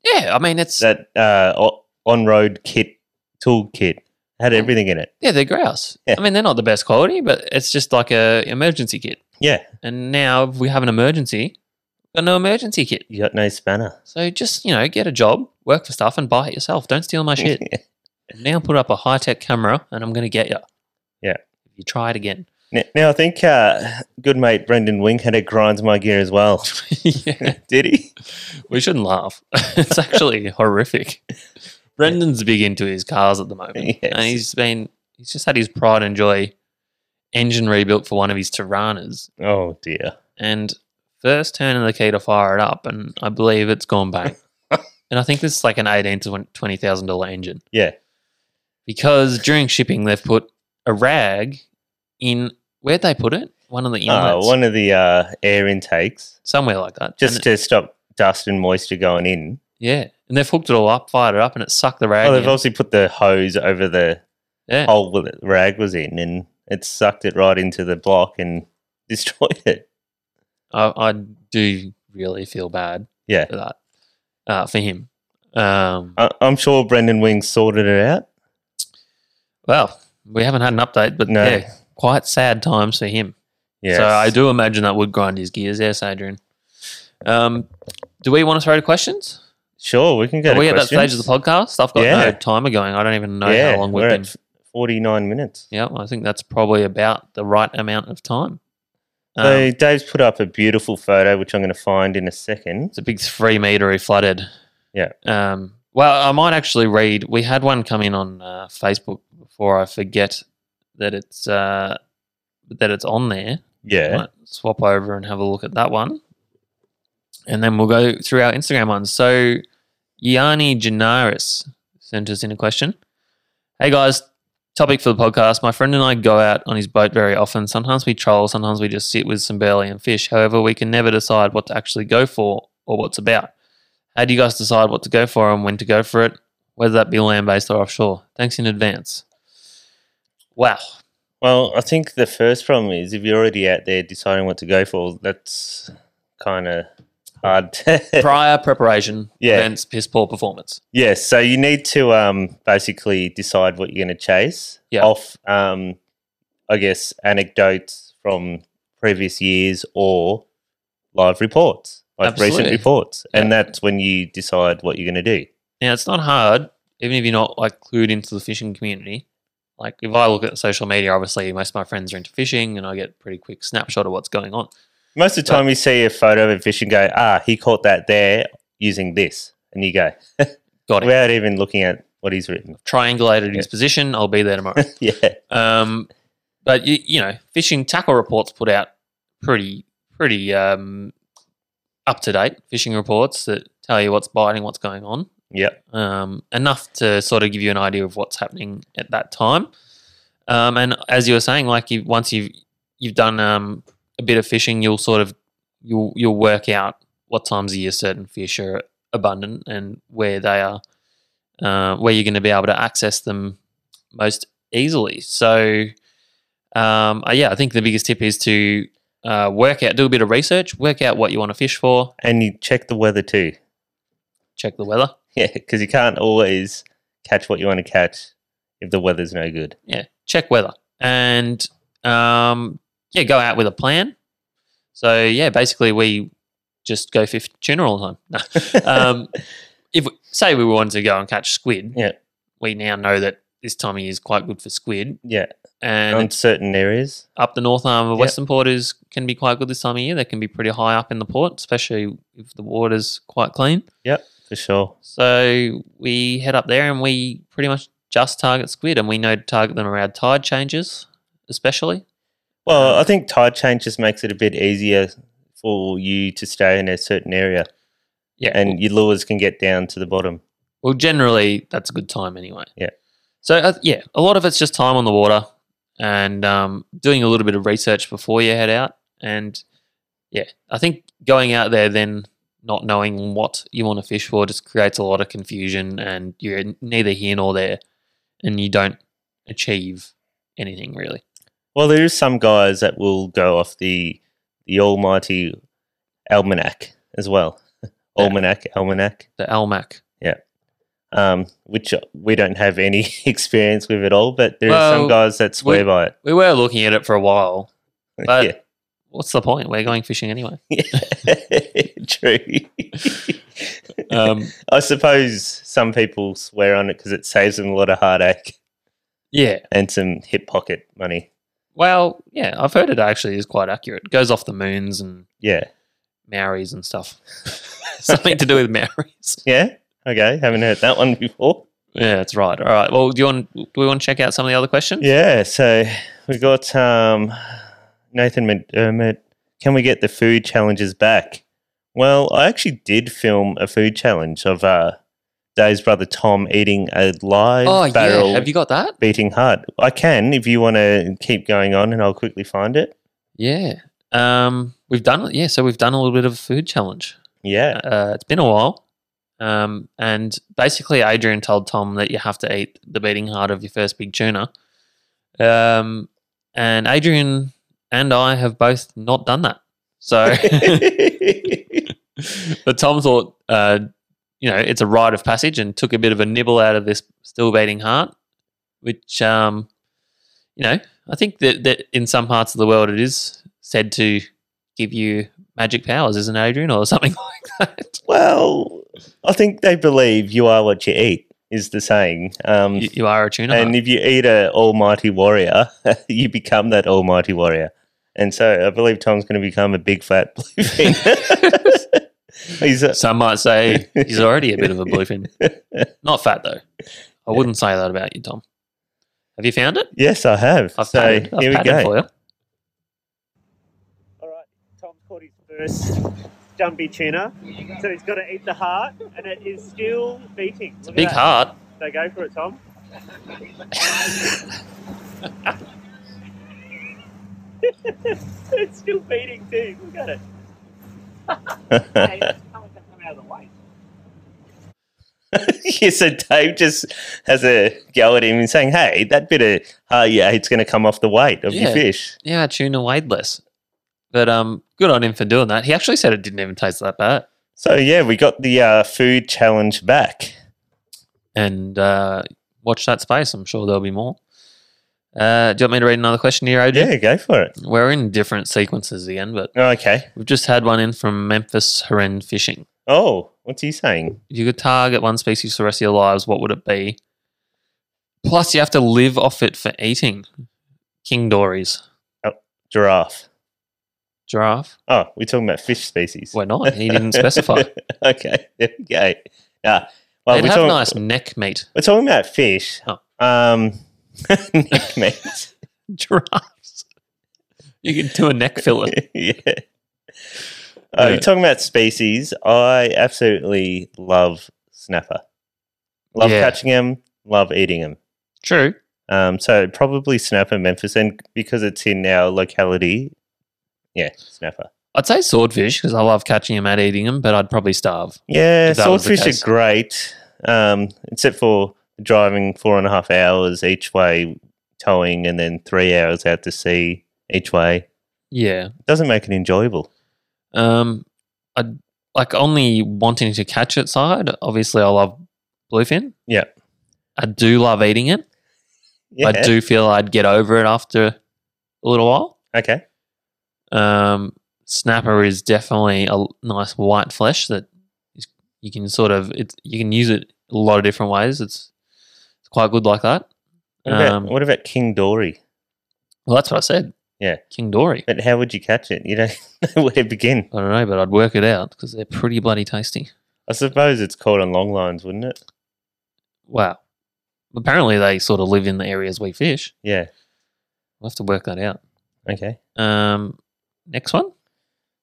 Speaker 1: yeah, I mean it's
Speaker 2: that uh on road kit tool kit. Had everything in it.
Speaker 1: yeah, they're grouse.
Speaker 2: Yeah.
Speaker 1: I mean they're not the best quality, but it's just like a emergency kit.
Speaker 2: Yeah,
Speaker 1: And now if we have an emergency, we've got no emergency kit.
Speaker 2: you got no spanner.
Speaker 1: So just, you know, get a job, work for stuff, and buy it yourself. Don't steal my Oh,
Speaker 2: *laughs*
Speaker 1: shit. I've now put up a high tech camera and I'm going to get you.
Speaker 2: Yeah.
Speaker 1: If you try it again. *laughs*
Speaker 2: Now, now I think uh, good mate Brendan Wing had a grinds my gear as well. *laughs*
Speaker 1: yeah.
Speaker 2: Did he?
Speaker 1: We shouldn't laugh. *laughs* it's
Speaker 2: *laughs*
Speaker 1: actually horrific. Brendan's big into his cars at the moment.
Speaker 2: *laughs* Yes.
Speaker 1: And he's been, he's just had his pride and joy engine rebuilt for one of his Tiranas.
Speaker 2: Oh dear.
Speaker 1: And first turn of the key to fire it up, and I believe it's gone
Speaker 2: *laughs*
Speaker 1: bang. and I think this is like an eighteen to twenty thousand dollar engine.
Speaker 2: Yeah.
Speaker 1: because during shipping they've put a rag in where'd they put it? One of the
Speaker 2: Oh,
Speaker 1: inlets,
Speaker 2: one of the uh, air intakes
Speaker 1: somewhere like that.
Speaker 2: just
Speaker 1: And it-
Speaker 2: to stop dust and moisture going in.
Speaker 1: yeah, and they've hooked it all up, fired it up, and it sucked the rag.
Speaker 2: Oh, they've
Speaker 1: in.
Speaker 2: obviously put the hose over the
Speaker 1: yeah.
Speaker 2: hole where the rag was in and it sucked it right into the block and *laughs* destroyed it.
Speaker 1: I, I do really feel bad
Speaker 2: Yeah.
Speaker 1: for that uh, for him. Um,
Speaker 2: I- I'm sure Brendan Wing sorted it out.
Speaker 1: well, we haven't had an update, but
Speaker 2: No.
Speaker 1: yeah, quite sad times for him.
Speaker 2: Yeah.
Speaker 1: So I do imagine that would grind his gears. Yes, Adrian. Um, do we want to throw to questions?
Speaker 2: Sure, we can go
Speaker 1: Are
Speaker 2: to
Speaker 1: we
Speaker 2: questions.
Speaker 1: at that stage of the podcast? I've got
Speaker 2: Yeah.
Speaker 1: no timer going. I don't even know
Speaker 2: yeah,
Speaker 1: how long we've
Speaker 2: we're
Speaker 1: been.
Speaker 2: at 49 minutes.
Speaker 1: Yeah, I think that's probably about the right amount of time. Um,
Speaker 2: So Dave's put up a beautiful photo, which I'm going to find in a second.
Speaker 1: it's a big three meter he flooded.
Speaker 2: Yeah.
Speaker 1: Um, well, I might actually read. We had one come in on uh, Facebook before I forget that it's uh, that it's on there.
Speaker 2: Yeah.
Speaker 1: Might swap over and have a look at that one. And then we'll go through our Instagram ones. So, Yanni Janaris sent us in a question. Hey guys, topic for the podcast. My friend and I go out on his boat very often. Sometimes we troll, sometimes we just sit with some burley and fish. However, we can never decide what to actually go for or what's about. How do you guys decide what to go for and when to go for it, whether that be land based or offshore? Thanks in advance. Wow.
Speaker 2: Well, I think the first problem is if you're already out there deciding what to go for, that's kind of hard.
Speaker 1: Prior preparation
Speaker 2: *laughs* Yeah.
Speaker 1: prevents piss poor performance.
Speaker 2: Yeah, so you need to um, basically decide what you're going to chase
Speaker 1: Yeah.
Speaker 2: off, um, I guess, anecdotes from previous years or live reports, like recent
Speaker 1: Absolutely.
Speaker 2: reports. And
Speaker 1: Yeah.
Speaker 2: that's when you decide what you're going to do.
Speaker 1: Now it's not hard, even if you're not like clued into the fishing community. Like if I look at social media, obviously most of my friends are into fishing, and I get a pretty quick snapshot of what's going on.
Speaker 2: Most of the
Speaker 1: But-
Speaker 2: time, you see a photo of a fish and go, ah, he caught that there using this. And you go,
Speaker 1: Got it.
Speaker 2: without even looking at what he's written.
Speaker 1: Triangulated his position. I'll be there tomorrow.
Speaker 2: yeah.
Speaker 1: Um, but you, you know, fishing tackle reports put out pretty pretty um, up to date fishing reports that tell you what's biting, what's going on.
Speaker 2: Yep.
Speaker 1: Um, enough to sort of give you an idea of what's happening at that time. Um, and as you were saying, like you, once you've you've done um, a bit of fishing, you'll sort of you'll you'll work out what times of year certain fish are abundant and where they are, uh, where you're going to be able to access them most easily. So, um, uh, yeah, I think the biggest tip is to uh, work out, do a bit of research, work out what you want to fish for,
Speaker 2: And you check the weather too. *laughs*
Speaker 1: check the weather.
Speaker 2: Yeah, because you can't always catch what you want to catch if the weather's no good.
Speaker 1: yeah, check weather and um, yeah, go out with a plan. So yeah, basically we just go fish tuna all the time. *laughs* No. Um, if say we wanted to go and catch squid,
Speaker 2: Yeah.
Speaker 1: we now know that this time of year is quite good for squid,
Speaker 2: yeah,
Speaker 1: and
Speaker 2: on certain areas.
Speaker 1: up the north arm of
Speaker 2: Yep.
Speaker 1: Western Port is can be quite good this time of year. They can be pretty high up in the port, especially if the water's quite clean.
Speaker 2: Yep, for sure.
Speaker 1: So we head up there and we pretty much just target squid, and we know to target them around tide changes, especially.
Speaker 2: Well, I think tide change just makes it a bit easier for you to stay in a certain area,
Speaker 1: Yeah,
Speaker 2: and your lures can get down to the bottom.
Speaker 1: Well, generally, that's a good time anyway.
Speaker 2: Yeah.
Speaker 1: So, uh, yeah, a lot of it's just time on the water and um, doing a little bit of research before you head out. And yeah, I think going out there then not knowing what you want to fish for just creates a lot of confusion and you're neither here nor there and you don't achieve anything really.
Speaker 2: Well, there is some guys that will go off the the almighty almanac as well,
Speaker 1: Yeah.
Speaker 2: almanac, almanac,
Speaker 1: The Almac.
Speaker 2: um, which we don't have any *laughs* experience with at all. But there are
Speaker 1: Well,
Speaker 2: some guys that
Speaker 1: we-
Speaker 2: swear by it.
Speaker 1: We were looking at it for a
Speaker 2: *laughs*
Speaker 1: while. But
Speaker 2: yeah.
Speaker 1: what's the point? We're going fishing anyway.
Speaker 2: *laughs* True.
Speaker 1: *laughs* Um,
Speaker 2: I suppose some people swear on it because it saves them a lot of heartache
Speaker 1: *laughs* yeah.
Speaker 2: and some hip pocket money.
Speaker 1: Well, yeah, I've heard it actually is quite accurate. It goes off the moons and
Speaker 2: Yeah.
Speaker 1: Maoris and stuff. *laughs* Something to do with Maoris.
Speaker 2: Yeah. Okay. Haven't heard that one before.
Speaker 1: Yeah, that's right. All right. Well, do you want? Do we want to check out some of the other questions?
Speaker 2: Yeah. So we got um, Nathan McDermott. Can we get the food challenges back? Well, I actually did film a food challenge of uh, Dave's brother Tom eating a live
Speaker 1: Oh
Speaker 2: barrel
Speaker 1: yeah. Have you got that?
Speaker 2: beating heart. I can if you want to keep going on, and I'll quickly find it.
Speaker 1: Yeah. Um, we've done. Yeah. So we've done a little bit of a food challenge.
Speaker 2: Yeah.
Speaker 1: Uh, it's been a while. Um, and basically, Adrian told Tom that you have to eat the beating heart of your first big tuna. Um, and Adrian and I have both not done that. So. but Tom thought, uh, you know, it's a rite of passage and took a bit of a nibble out of this still beating heart, which, um, you know, I think that, that in some parts of the world it is said to give you magic powers, isn't it, Adrian, or something like that?
Speaker 2: well, I think they believe you are what you eat is the saying. Um,
Speaker 1: you, you are a tuna.
Speaker 2: and
Speaker 1: heart.
Speaker 2: if you eat a almighty warrior, *laughs* you become that almighty warrior. And so I believe Tom's going to become a big fat
Speaker 1: *laughs*
Speaker 2: *laughs* bluefin. He's a,
Speaker 1: Some might
Speaker 2: *laughs*
Speaker 1: say he's already a bit of a bluefin. Not fat, though. I wouldn't say that about you, Tom. Have you found it?
Speaker 2: yes, I have.
Speaker 1: I've
Speaker 2: so
Speaker 1: patted- I've
Speaker 2: here we
Speaker 1: patted
Speaker 2: go.
Speaker 1: for you.
Speaker 3: All right, Tom's caught his first jumpy tuna, so he's got to eat the heart, and it is still beating. Look at
Speaker 1: Big
Speaker 3: that.
Speaker 1: heart.
Speaker 3: So go for it,
Speaker 1: *laughs*
Speaker 3: Tom. *laughs* it's still beating too. Look at it.
Speaker 2: *laughs* yeah, so Dave just has a go at him and saying, "Hey, that bit of oh yeah, it's going to come off the weight of your
Speaker 1: Yeah.
Speaker 2: fish."
Speaker 1: Yeah, tuna weighed less. But um, good on him for doing that. He actually said it didn't even taste that bad.
Speaker 2: So yeah, we got the uh, food challenge back.
Speaker 1: And uh, watch that space. I'm sure there'll be more. Uh, do you want me to read another question here, OJ?
Speaker 2: Yeah, go for it.
Speaker 1: We're in different sequences again, but
Speaker 2: Oh, okay.
Speaker 1: we've just had one in from Memphis Heren Fishing.
Speaker 2: Oh, what's he saying?
Speaker 1: If you could target one species for the rest of your lives, what would it be? Plus, you have to live off it for eating. King Dories.
Speaker 2: Giraffe.
Speaker 1: Giraffe?
Speaker 2: Oh, we're talking about fish species.
Speaker 1: We're not. He
Speaker 2: *laughs*
Speaker 1: didn't specify.
Speaker 2: okay, there we go. Nah, well,
Speaker 1: They'd
Speaker 2: we're
Speaker 1: have
Speaker 2: talking,
Speaker 1: nice neck meat. *laughs*
Speaker 2: we're talking about fish.
Speaker 1: Oh.
Speaker 2: Um, *laughs*
Speaker 1: *laughs*
Speaker 2: neck meat.
Speaker 1: Giraffes. You could do a
Speaker 2: *laughs*
Speaker 1: neck filler.
Speaker 2: yeah. Oh,
Speaker 1: Yeah.
Speaker 2: you're talking about species. I absolutely love snapper. Love
Speaker 1: Yeah.
Speaker 2: catching them. Love eating them.
Speaker 1: True.
Speaker 2: Um, so probably snapper Memphis, and because it's in our locality, yeah, snapper.
Speaker 1: I'd say swordfish because I love catching them and eating them, but I'd probably starve.
Speaker 2: Yeah,
Speaker 1: If that was the
Speaker 2: swordfish
Speaker 1: case.
Speaker 2: are great, um, except for driving four and a half hours each way, towing, and then three hours out to sea each way.
Speaker 1: Yeah.
Speaker 2: Doesn't make it enjoyable.
Speaker 1: Um, I like only wanting to catch it side. Obviously, I love bluefin.
Speaker 2: Yeah.
Speaker 1: I do love eating it.
Speaker 2: Yeah.
Speaker 1: I do feel I'd get over it after a little while.
Speaker 2: Okay.
Speaker 1: Um, snapper is definitely a l- nice white flesh that is, you can sort of it's, you can use it a lot of different ways. It's it's quite good like that.
Speaker 2: What about,
Speaker 1: Um,
Speaker 2: what about King Dory?
Speaker 1: Well, that's what I said.
Speaker 2: Yeah.
Speaker 1: King Dory.
Speaker 2: But how would you catch it? You don't *laughs* know where to begin.
Speaker 1: I don't know, but I'd work it out because they're pretty bloody tasty.
Speaker 2: I suppose it's caught on long lines, wouldn't it?
Speaker 1: Wow. Apparently, they sort of live in the areas we fish.
Speaker 2: Yeah.
Speaker 1: We'll have to work that out.
Speaker 2: Okay.
Speaker 1: Um, next one.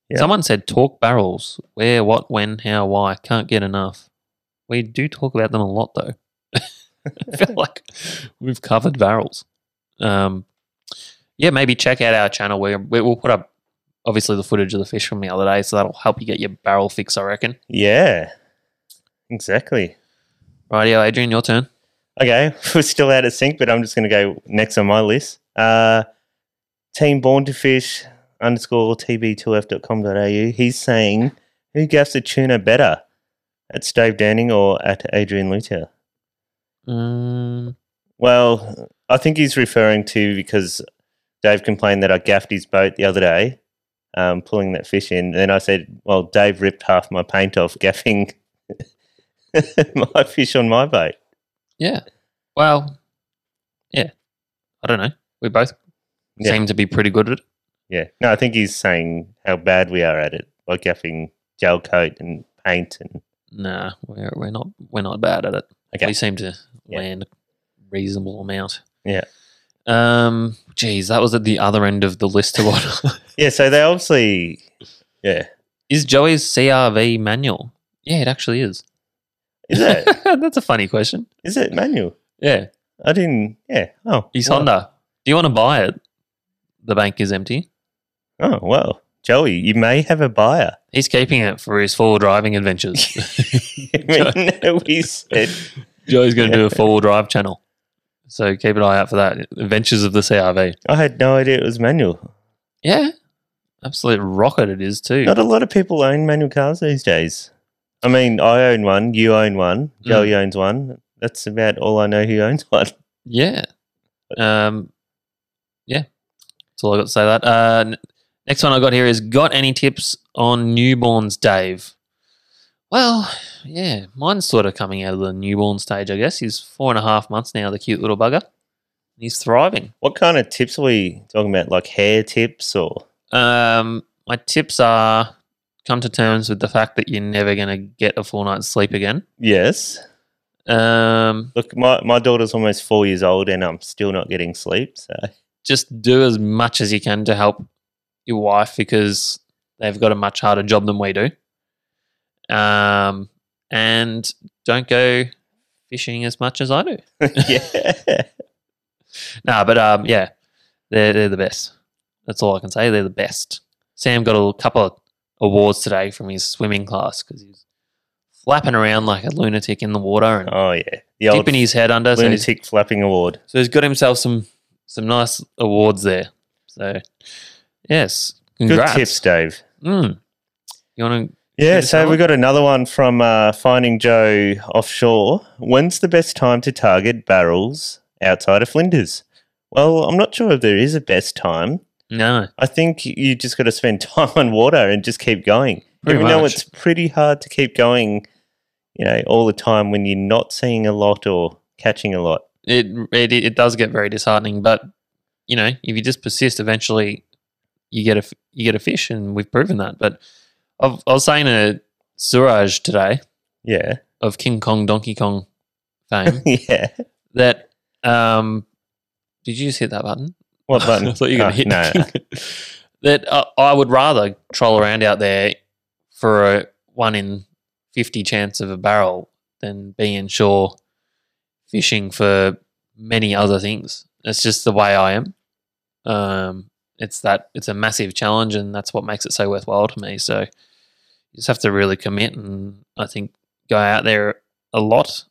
Speaker 2: Yeah.
Speaker 1: Someone said talk barrels. Where, what, when, how, why. Can't get enough. We do talk about them a lot, though. *laughs* I feel like we've covered barrels. Um, yeah, maybe check out our channel. Where we- we'll put up obviously the footage of the fish from the other day, so that'll help you get your barrel fix, I reckon.
Speaker 2: Yeah. Exactly.
Speaker 1: Rightio, Adrian, your turn.
Speaker 2: Okay, *laughs* we're still out of sync, but I'm just going to go next on my list. Uh, team born to fish underscore tb2f.com.au. He's saying, who gaffs a tuna better at Stave Danning or at Adrian Lutia?
Speaker 1: Um,
Speaker 2: Well, I think he's referring to because Dave complained that I gaffed his boat the other day, um, pulling that fish in. And I said, well, Dave ripped half my paint off gaffing *laughs* my fish on my boat.
Speaker 1: yeah. Well, yeah. I don't know. We both
Speaker 2: Yeah.
Speaker 1: seem to be pretty good at it.
Speaker 2: Yeah. No, I think he's saying how bad we are at it by gaffing gel coat and paint and
Speaker 1: Nah, we're we're not we're not bad at it.
Speaker 2: Okay.
Speaker 1: We seem to
Speaker 2: Yeah.
Speaker 1: land a reasonable amount.
Speaker 2: Yeah.
Speaker 1: Um. Geez, that was at the other end of the list to what *laughs*
Speaker 2: yeah. So they obviously, yeah,
Speaker 1: is Joey's CRV manual? Yeah, it actually is.
Speaker 2: is it?
Speaker 1: *laughs* That's a funny question.
Speaker 2: is it manual?
Speaker 1: Yeah,
Speaker 2: I didn't. Yeah. Oh,
Speaker 1: he's
Speaker 2: well-
Speaker 1: Honda. Do you want to buy it? The bank is empty.
Speaker 2: Oh well, Joey, you may have a buyer. *laughs*
Speaker 1: He's keeping it for his four wheel driving adventures. *laughs*
Speaker 2: I mean, we said
Speaker 1: Joey's going to do a four wheel drive channel, so keep an eye out for that. Adventures of the CRV.
Speaker 2: I had no idea it was manual.
Speaker 1: Yeah, absolute rocket it is too.
Speaker 2: Not a lot of people own manual cars these days. I mean, I own one. You own one. Joey owns one. That's about all I know. Who owns *laughs* one?
Speaker 1: Yeah. Um, yeah. That's all I got to say. That uh, n- next one I got here is got any tips on newborns, Dave? Well, yeah, mine's sort of coming out of the newborn stage, I guess. He's four and a half months now, the cute little bugger. He's thriving.
Speaker 2: What kind of tips are we talking about? Like hair tips or?
Speaker 1: Um, my tips are come to terms with the fact that you're never going to get a full night's sleep again.
Speaker 2: Yes.
Speaker 1: Um,
Speaker 2: Look, my, my daughter's almost four years old and I'm still not getting sleep. So, *laughs*
Speaker 1: just do as much as you can to help your wife because they've got a much harder job than we do. Um, and don't go fishing as much as I do. *laughs*
Speaker 2: yeah.
Speaker 1: No, but um, yeah, they're, they're the best. That's all I can say. They're the best. Sam got a little- couple of awards today from his swimming class because he's flapping around like a lunatic in the water and
Speaker 2: Oh, yeah. The old
Speaker 1: dipping his head under. So he's,
Speaker 2: lunatic flapping award.
Speaker 1: so he's got himself some some nice awards there. So yes, congrats.
Speaker 2: Good tips, Dave.
Speaker 1: Mm. You want to?
Speaker 2: Yeah,
Speaker 1: Good
Speaker 2: so
Speaker 1: talk.
Speaker 2: we got another one from uh, Finding Joe offshore. When's the best time to target barrels outside of Flinders? Well, I'm not sure if there is a best time.
Speaker 1: No,
Speaker 2: I think you just got to spend *laughs* time on water and just keep going.
Speaker 1: Pretty
Speaker 2: Even though
Speaker 1: much.
Speaker 2: it's pretty hard to keep going, you know, all the time when you're not seeing a lot or catching a lot.
Speaker 1: it it it does get very disheartening. But you know, if you just persist, eventually you get a f- you get a fish, and we've proven that. But I've, I was saying to Suraj today
Speaker 2: Yeah, *laughs*
Speaker 1: of King Kong Donkey Kong fame
Speaker 2: yeah.
Speaker 1: that um, did you just hit that button?
Speaker 2: What button?
Speaker 1: *laughs* I thought you were going
Speaker 2: Oh,
Speaker 1: to hit
Speaker 2: No, no. *laughs*
Speaker 1: that. I I would rather troll around out there for a one in 50 chance of a barrel than be inshore fishing for many other things. It's just the way I am. Um, it's that it's a massive challenge, and that's what makes it so worthwhile to me. So you just have to really commit, and I think go out there a lot.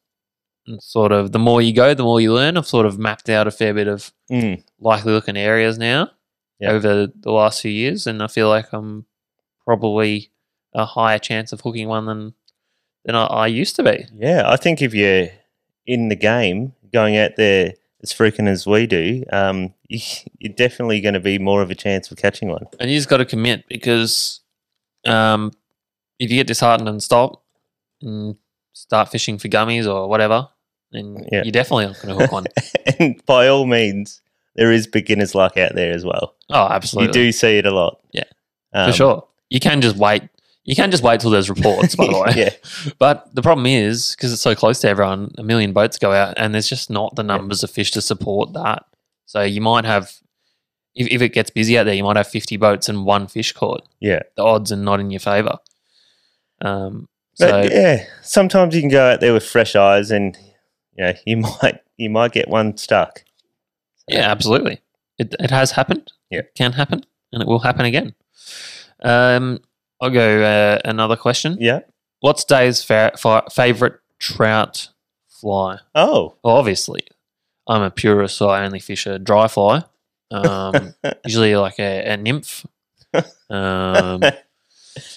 Speaker 1: And sort of the more you go, the more you learn. I've sort of mapped out a fair bit of
Speaker 2: *laughs* Mm,
Speaker 1: likely looking areas now
Speaker 2: Yeah.
Speaker 1: over the last few years, and I feel like I'm probably a higher chance of hooking one than than I, I used to be.
Speaker 2: yeah, I think if you're in the game, going out there as freaking as we do, um, *laughs* you, you're definitely going to be more of a chance of catching one.
Speaker 1: And you just got to commit because um, if you get disheartened and stop and start fishing for gummies or whatever, then
Speaker 2: Yeah.
Speaker 1: you're definitely not going to
Speaker 2: *laughs*
Speaker 1: hook one.
Speaker 2: and by all means, there is beginner's luck out there as well.
Speaker 1: oh, absolutely,
Speaker 2: You do see it a lot.
Speaker 1: Yeah.
Speaker 2: Um,
Speaker 1: for
Speaker 2: *laughs*
Speaker 1: sure. You can just wait. You can just wait till there's reports,
Speaker 2: *laughs*
Speaker 1: by the way. *laughs*
Speaker 2: yeah.
Speaker 1: But the problem is because it's so close to everyone, a million boats go out, and there's just not the numbers of fish to support that. So you might have, if, if it gets busy out there, you might have 50 boats and one fish caught.
Speaker 2: Yeah.
Speaker 1: The odds are not in your favor. Um, so
Speaker 2: But yeah, sometimes you can go out there with fresh eyes, and you know you *laughs* might you might get one stuck.
Speaker 1: Yeah, absolutely. It, it has happened.
Speaker 2: Yeah.
Speaker 1: It can happen, and it will happen again. Um, I'll go uh, another question.
Speaker 2: Yeah.
Speaker 1: What's Dave's fa- fa- favorite trout fly?
Speaker 2: Oh,
Speaker 1: Well, obviously, I'm a purist, so I only fish a dry fly.
Speaker 2: *laughs*
Speaker 1: Um, usually, like a, a nymph. Um,
Speaker 2: a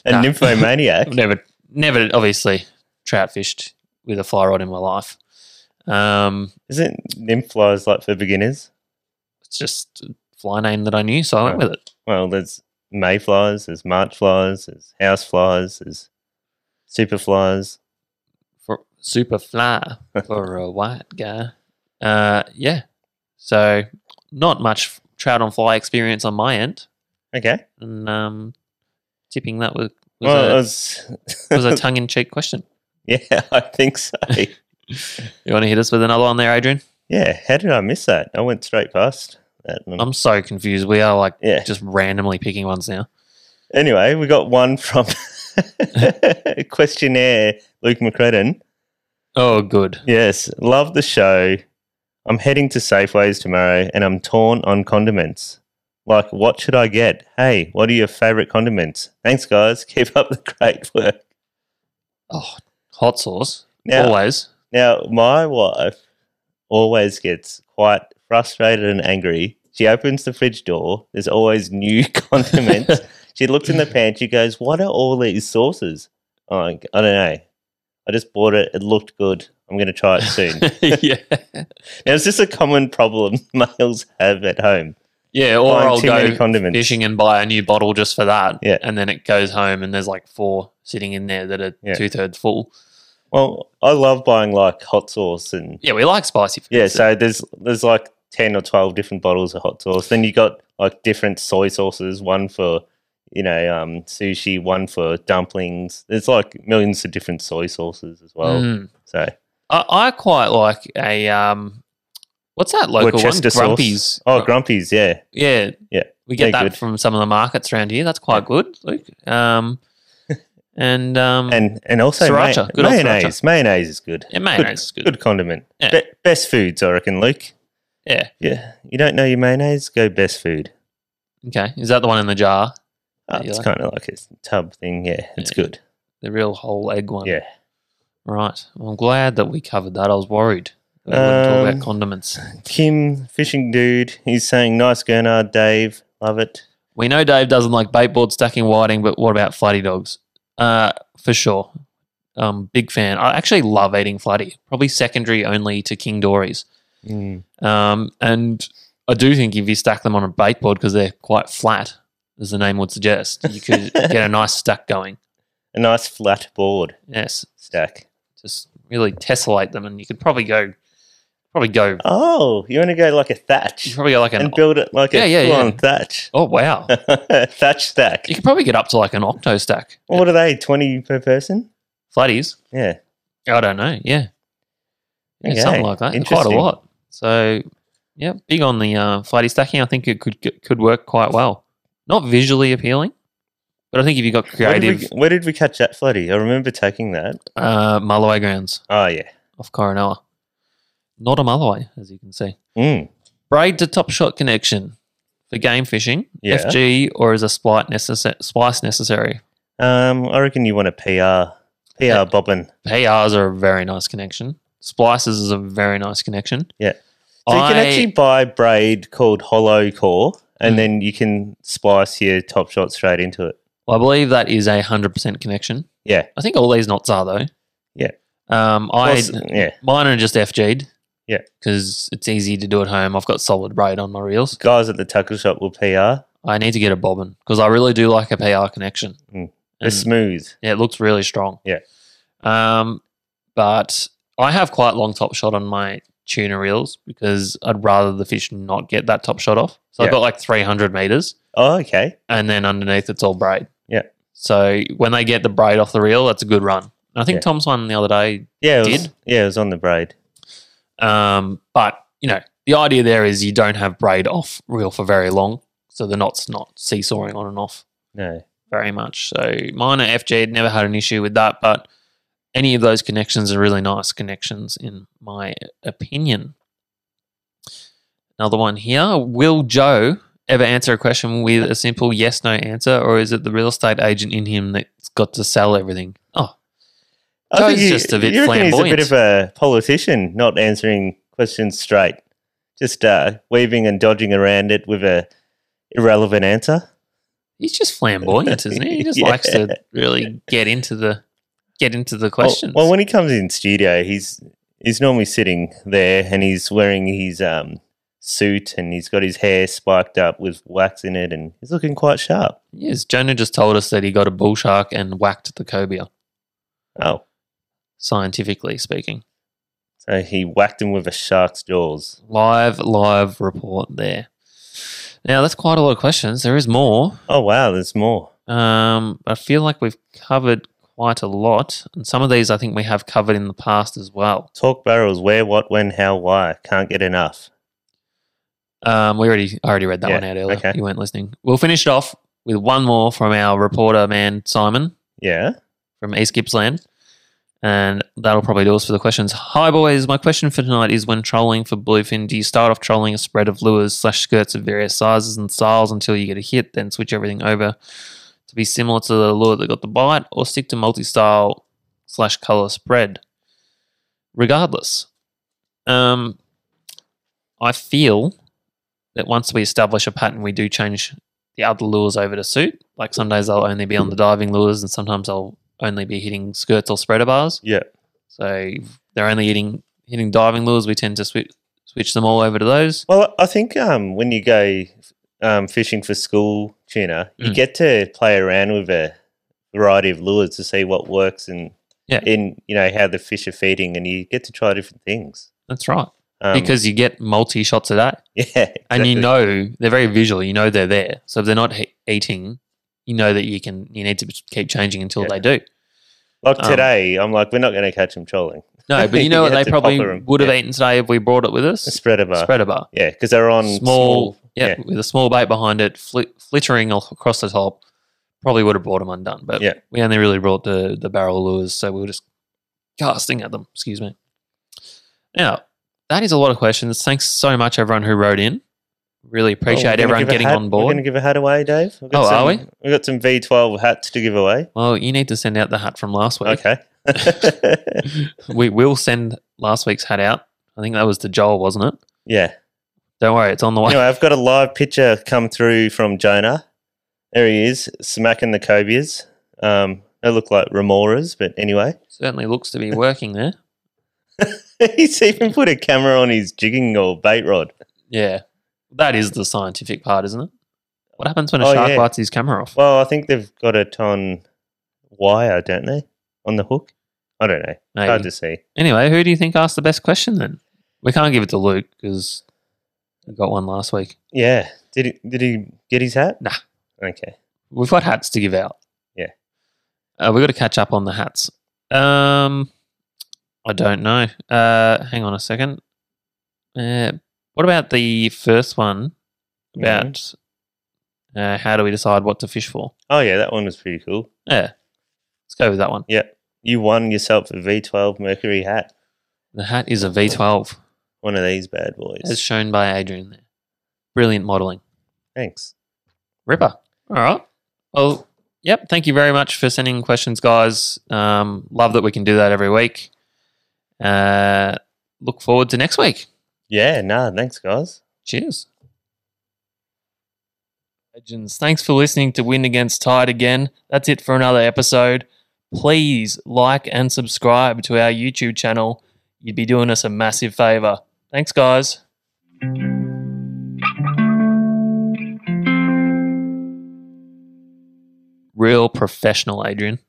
Speaker 1: nah. *laughs*
Speaker 2: nymphomaniac.
Speaker 1: I've never, never, obviously, trout fished with a fly rod in my life. Um,
Speaker 2: Isn't nymph flies like for beginners?
Speaker 1: it's just a fly name that I knew, so I went
Speaker 2: Right.
Speaker 1: with it.
Speaker 2: Well, there's mayflies, there's march flies, there's house flies, there's super flies.
Speaker 1: for super fly for a white guy. Uh, yeah. So not much trout on fly experience on my end,
Speaker 2: Okay.
Speaker 1: and um, tipping that was was
Speaker 2: well, it
Speaker 1: a,
Speaker 2: was,
Speaker 1: *laughs* was
Speaker 2: *laughs*
Speaker 1: a tongue in cheek question.
Speaker 2: yeah, I
Speaker 1: *laughs*
Speaker 2: think so.
Speaker 1: You want to hit us with another one there, Adrian?
Speaker 2: yeah. How did I miss that? I went straight past that. and I'm-
Speaker 1: I'm so confused. We are like
Speaker 2: yeah.
Speaker 1: just randomly picking ones now.
Speaker 2: Anyway, we got one
Speaker 1: *laughs*
Speaker 2: from *laughs* questionnaire Luke McCredden.
Speaker 1: Oh, good.
Speaker 2: Yes, love the show. I'm heading to Safeways tomorrow and I'm torn on condiments. Like, what should I get? Hey, what are your favorite condiments? Thanks, guys. *laughs* Keep up the great work.
Speaker 1: Oh, hot sauce
Speaker 2: Now,
Speaker 1: always.
Speaker 2: now my wife always gets quite frustrated and angry. She opens the fridge door. There's always new *laughs* condiments. she looks in the pantry, goes, What are all these sauces? I'm like, I don't know. I just bought it. It looked good. I'm going to try it soon.
Speaker 1: *laughs* yeah,
Speaker 2: Now, is this a common problem *laughs* males have at home?
Speaker 1: yeah. Or
Speaker 2: Buying
Speaker 1: I'll
Speaker 2: too
Speaker 1: go
Speaker 2: many condiments.
Speaker 1: fishing and buy a new bottle just for that.
Speaker 2: Yeah.
Speaker 1: And then it goes home and there's like four sitting in there that are
Speaker 2: Yeah.
Speaker 1: two thirds full.
Speaker 2: Well, I love buying like hot sauce and
Speaker 1: Yeah, we like spicy food.
Speaker 2: yeah. So there's there's like ten or twelve different bottles of hot sauce. Then you got like different soy sauces. One for you know um, sushi. One for dumplings. There's like millions of different soy sauces as well.
Speaker 1: Mm.
Speaker 2: So
Speaker 1: I, I quite like a um, what's that local one?
Speaker 2: Worcester sauce.
Speaker 1: Grumpy's.
Speaker 2: oh,
Speaker 1: Gr-
Speaker 2: Grumpy's, yeah,
Speaker 1: yeah,
Speaker 2: Yeah,
Speaker 1: We get
Speaker 2: they're
Speaker 1: that
Speaker 2: good.
Speaker 1: from some of the markets around here. That's quite good, Luke.
Speaker 2: *laughs*
Speaker 1: Um, and um,
Speaker 2: and and also ma-
Speaker 1: Sriracha, good old
Speaker 2: mayonnaise. Mayonnaise is good.
Speaker 1: yeah, mayonnaise is good.
Speaker 2: Good condiment.
Speaker 1: Yeah.
Speaker 2: Be- best foods, I reckon, Luke.
Speaker 1: Yeah.
Speaker 2: Yeah, you don't know your mayonnaise? Go best food.
Speaker 1: Okay. Is that the one in the jar?
Speaker 2: Oh,
Speaker 1: that you
Speaker 2: it's
Speaker 1: like?
Speaker 2: kind of like a tub thing. Yeah, it's
Speaker 1: Yeah.
Speaker 2: good.
Speaker 1: The real whole egg one.
Speaker 2: Yeah.
Speaker 1: Right. Well, I'm glad that we covered that. I was worried. that We wouldn't talk
Speaker 2: Um,
Speaker 1: about condiments.
Speaker 2: Kim, fishing dude, he's saying, nice Gernard, Dave. Love it.
Speaker 1: We know Dave doesn't like bait board stacking whiting, but what about flatty dogs? Uh, for sure. Um, big fan. I actually Mm. love eating flatty. Probably secondary only to King Dory's. Um, and I do think if you stack them on a bait board because they're quite flat, as the name would suggest, you could
Speaker 2: *laughs*
Speaker 1: get a nice stack going.
Speaker 2: A nice flat board
Speaker 1: Yes,
Speaker 2: stack.
Speaker 1: just really tessellate them, and you could probably go, probably go,
Speaker 2: Oh, you want to go like a
Speaker 1: you could
Speaker 2: thatch
Speaker 1: probably go like an.
Speaker 2: and build it like
Speaker 1: Yeah,
Speaker 2: a
Speaker 1: yeah,
Speaker 2: full-on
Speaker 1: yeah.
Speaker 2: thatch. *laughs*
Speaker 1: oh wow,
Speaker 2: thatch stack.
Speaker 1: you could probably get up to like an octo stack.
Speaker 2: What are they? Twenty per person?
Speaker 1: Flatties,
Speaker 2: Yeah.
Speaker 1: I don't know, yeah, yeah
Speaker 2: Okay,
Speaker 1: something like that, quite a
Speaker 2: interesting.
Speaker 1: lot. So yeah, big on the uh, flatty stacking. I think it could could work quite well. Not visually appealing, but I think if you got
Speaker 2: Where did,
Speaker 1: creative,
Speaker 2: we, where did we catch that floaty? I remember taking that.
Speaker 1: uh, Mulway grounds.
Speaker 2: Oh yeah.
Speaker 1: off Coronella. Not a mile away, as you can see.
Speaker 2: Mm.
Speaker 1: Braid to top shot connection for game fishing.
Speaker 2: Yeah.
Speaker 1: FG or is a splice, necessa- splice necessary?
Speaker 2: Um, I reckon you want a PR PR
Speaker 1: Yeah.
Speaker 2: bobbin.
Speaker 1: PRs are a very nice connection. Splices is a very nice connection.
Speaker 2: Yeah. So you
Speaker 1: I-
Speaker 2: can actually buy braid called Hollow Core, and
Speaker 1: Mm.
Speaker 2: then you can splice your top shot straight into it.
Speaker 1: I believe that is a hundred percent connection.
Speaker 2: Yeah.
Speaker 1: I think all these knots are though.
Speaker 2: Yeah.
Speaker 1: Um, I
Speaker 2: Plus- yeah,
Speaker 1: mine are just FG'd.
Speaker 2: Yeah.
Speaker 1: because it's easy to do at home. I've got solid braid on my reels.
Speaker 2: guys at the tackle shop will PR.
Speaker 1: I need to get a bobbin because I really do like a PR connection.
Speaker 2: Mm. They're
Speaker 1: And-
Speaker 2: smooth.
Speaker 1: Yeah, it looks really strong.
Speaker 2: Yeah.
Speaker 1: Um, but I have quite long top shot on my tuna reels because I'd rather the fish not get that top shot off. So
Speaker 2: Yeah.
Speaker 1: I've got like 300 meters
Speaker 2: Oh, okay.
Speaker 1: and then underneath it's all braid.
Speaker 2: Yeah.
Speaker 1: So when they get the braid off the reel, that's a good run. And I think
Speaker 2: Yeah.
Speaker 1: Tom's won the other day.
Speaker 2: Yeah, it was,
Speaker 1: Did?
Speaker 2: yeah, it was on the braid.
Speaker 1: Um, but, you know, the idea there is you don't have braid off reel for very long. So the knot's not seesawing on and off.
Speaker 2: No,
Speaker 1: very much. So mine are FG had never had an issue with that, but any of those connections are really nice connections in my opinion. Another one here. Will Joe ever answer a question with a simple yes no answer, or is it the real estate agent in him that's got to sell everything? Oh,
Speaker 2: I think
Speaker 1: Joe's just a bit
Speaker 2: you reckon He's a
Speaker 1: flamboyant.
Speaker 2: bit of a politician, not answering questions straight, just uh, weaving and dodging around it with a irrelevant answer.
Speaker 1: he's just flamboyant, isn't he? He just
Speaker 2: *laughs* Yeah.
Speaker 1: likes to really get into the get into the
Speaker 2: Well-
Speaker 1: questions.
Speaker 2: Well, when he comes in studio, he's he's normally sitting there and he's wearing his um, suit and he's got his hair spiked up with wax in it and he's looking quite sharp.
Speaker 1: yes, Jonah just told us that he got a bull shark and whacked the cobia,
Speaker 2: Oh,
Speaker 1: scientifically speaking.
Speaker 2: so he whacked him with a shark's jaws.
Speaker 1: Live, live report there. Now that's quite a lot of questions. There is more.
Speaker 2: Oh wow, there's more.
Speaker 1: Um, I feel like we've covered quite a lot, and some of these I think we have covered in the past as well.
Speaker 2: Talk barrels, where, what, when, how, why. Can't get enough.
Speaker 1: Um, we already I already read that
Speaker 2: Yeah,
Speaker 1: one out earlier.
Speaker 2: okay.
Speaker 1: You weren't listening. We'll finish it off with one more from our reporter man Simon.
Speaker 2: Yeah.
Speaker 1: from East Gippsland. And that'll probably do us for the questions. Hi, boys. My question for tonight is when trolling for bluefin, do you start off trolling a spread of lures slash skirts of various sizes and styles until you get a hit, then switch everything over to be similar to the lure that got the bite, or stick to multi style slash color spread? Regardless, um, I feel that once we establish a pattern, we do change the other lures over to suit. Like some days I'll only be on the diving lures, and sometimes I'll only be hitting skirts or spreader bars.
Speaker 2: Yeah.
Speaker 1: So if they're only hitting hitting diving lures. We tend to switch switch them all over to those.
Speaker 2: Well, I think um, when you go um, fishing for school tuna, you
Speaker 1: Mm.
Speaker 2: get to play around with a variety of lures to see what works and
Speaker 1: Yeah.
Speaker 2: in you know how the fish are feeding, and you get to try different things
Speaker 1: That's right,
Speaker 2: um,
Speaker 1: because you get multi shots a day,
Speaker 2: *laughs* yeah,
Speaker 1: and you
Speaker 2: exactly.
Speaker 1: know they're very visual. You know they're there. So if they're not he- eating, you know that you can you need to keep changing until
Speaker 2: Yeah.
Speaker 1: they do.
Speaker 2: like
Speaker 1: um,
Speaker 2: today, I'm like, we're not going to catch them trolling. *laughs*
Speaker 1: No, but you
Speaker 2: You
Speaker 1: know what
Speaker 2: have
Speaker 1: they
Speaker 2: to
Speaker 1: probably
Speaker 2: popper 'em,
Speaker 1: would have
Speaker 2: yeah.
Speaker 1: eaten today if we brought it with us.
Speaker 2: A spreader bar,
Speaker 1: Spreader bar.
Speaker 2: yeah, because they're on
Speaker 1: small,
Speaker 2: small,
Speaker 1: yeah, with a small bait behind it, fli flittering al- across the top, probably would have brought them undone. But
Speaker 2: Yeah.
Speaker 1: we only really brought the the barrel lures, so we were just casting at them. Excuse me. Now that is a lot of questions. Thanks so much, everyone who wrote in. Really
Speaker 2: Oh, we're
Speaker 1: appreciate
Speaker 2: gonna
Speaker 1: everyone
Speaker 2: give a
Speaker 1: getting
Speaker 2: hat-
Speaker 1: on
Speaker 2: We're
Speaker 1: board.
Speaker 2: going to give a hat away, Dave. We've
Speaker 1: Oh,
Speaker 2: some,
Speaker 1: are we?
Speaker 2: We've got some V12 hats to give away.
Speaker 1: well, you need to send out the hat from last week.
Speaker 2: Okay.
Speaker 1: *laughs*
Speaker 2: *laughs*
Speaker 1: we will send last week's hat out. I think that was to Joel, wasn't it?
Speaker 2: yeah.
Speaker 1: Don't worry, it's on the way.
Speaker 2: Anyway, I've got a live picture come through from Jonah. There he is, smacking the cobias. Um, they look like remoras, but anyway. *laughs*
Speaker 1: Certainly looks to be working there.
Speaker 2: He's even put a camera on his jigging or bait rod.
Speaker 1: Yeah. That is the scientific part, isn't it? What happens when a
Speaker 2: Oh,
Speaker 1: shark
Speaker 2: yeah.
Speaker 1: bites his camera off?
Speaker 2: Well, I think they've got it on wire, don't they? On the hook? I don't know.
Speaker 1: Maybe.
Speaker 2: Hard to see.
Speaker 1: Anyway, who do you think asked the best question then? We can't give it to Luke because we got one last week.
Speaker 2: Yeah. Did he, did he get his hat?
Speaker 1: Nah.
Speaker 2: Okay.
Speaker 1: We've got hats to give out.
Speaker 2: Yeah.
Speaker 1: Uh, we've got to catch up on the hats. Um, I don't know. Uh, hang on a second. Uh, what about the first one about
Speaker 2: Mm.
Speaker 1: uh, how do we decide what to fish for?
Speaker 2: Oh, yeah. That one was pretty cool.
Speaker 1: Yeah. Let's go with that one.
Speaker 2: You won yourself a V12 Mercury hat.
Speaker 1: The hat is a V12,
Speaker 2: One of these bad boys.
Speaker 1: as shown by Adrian there. Brilliant modeling.
Speaker 2: Thanks.
Speaker 1: Ripper. All right. Well, yep. Thank you very much for sending questions, guys. Um, love that we can do that every week. Uh, look forward to next week.
Speaker 2: Yeah. Nah. Thanks, guys.
Speaker 1: Cheers. Legends, thanks for listening to Win Against Tide again. That's it for another episode. Please like and subscribe to our YouTube channel. You'd be doing us a massive favor. Thanks, guys. Real professional, Adrian.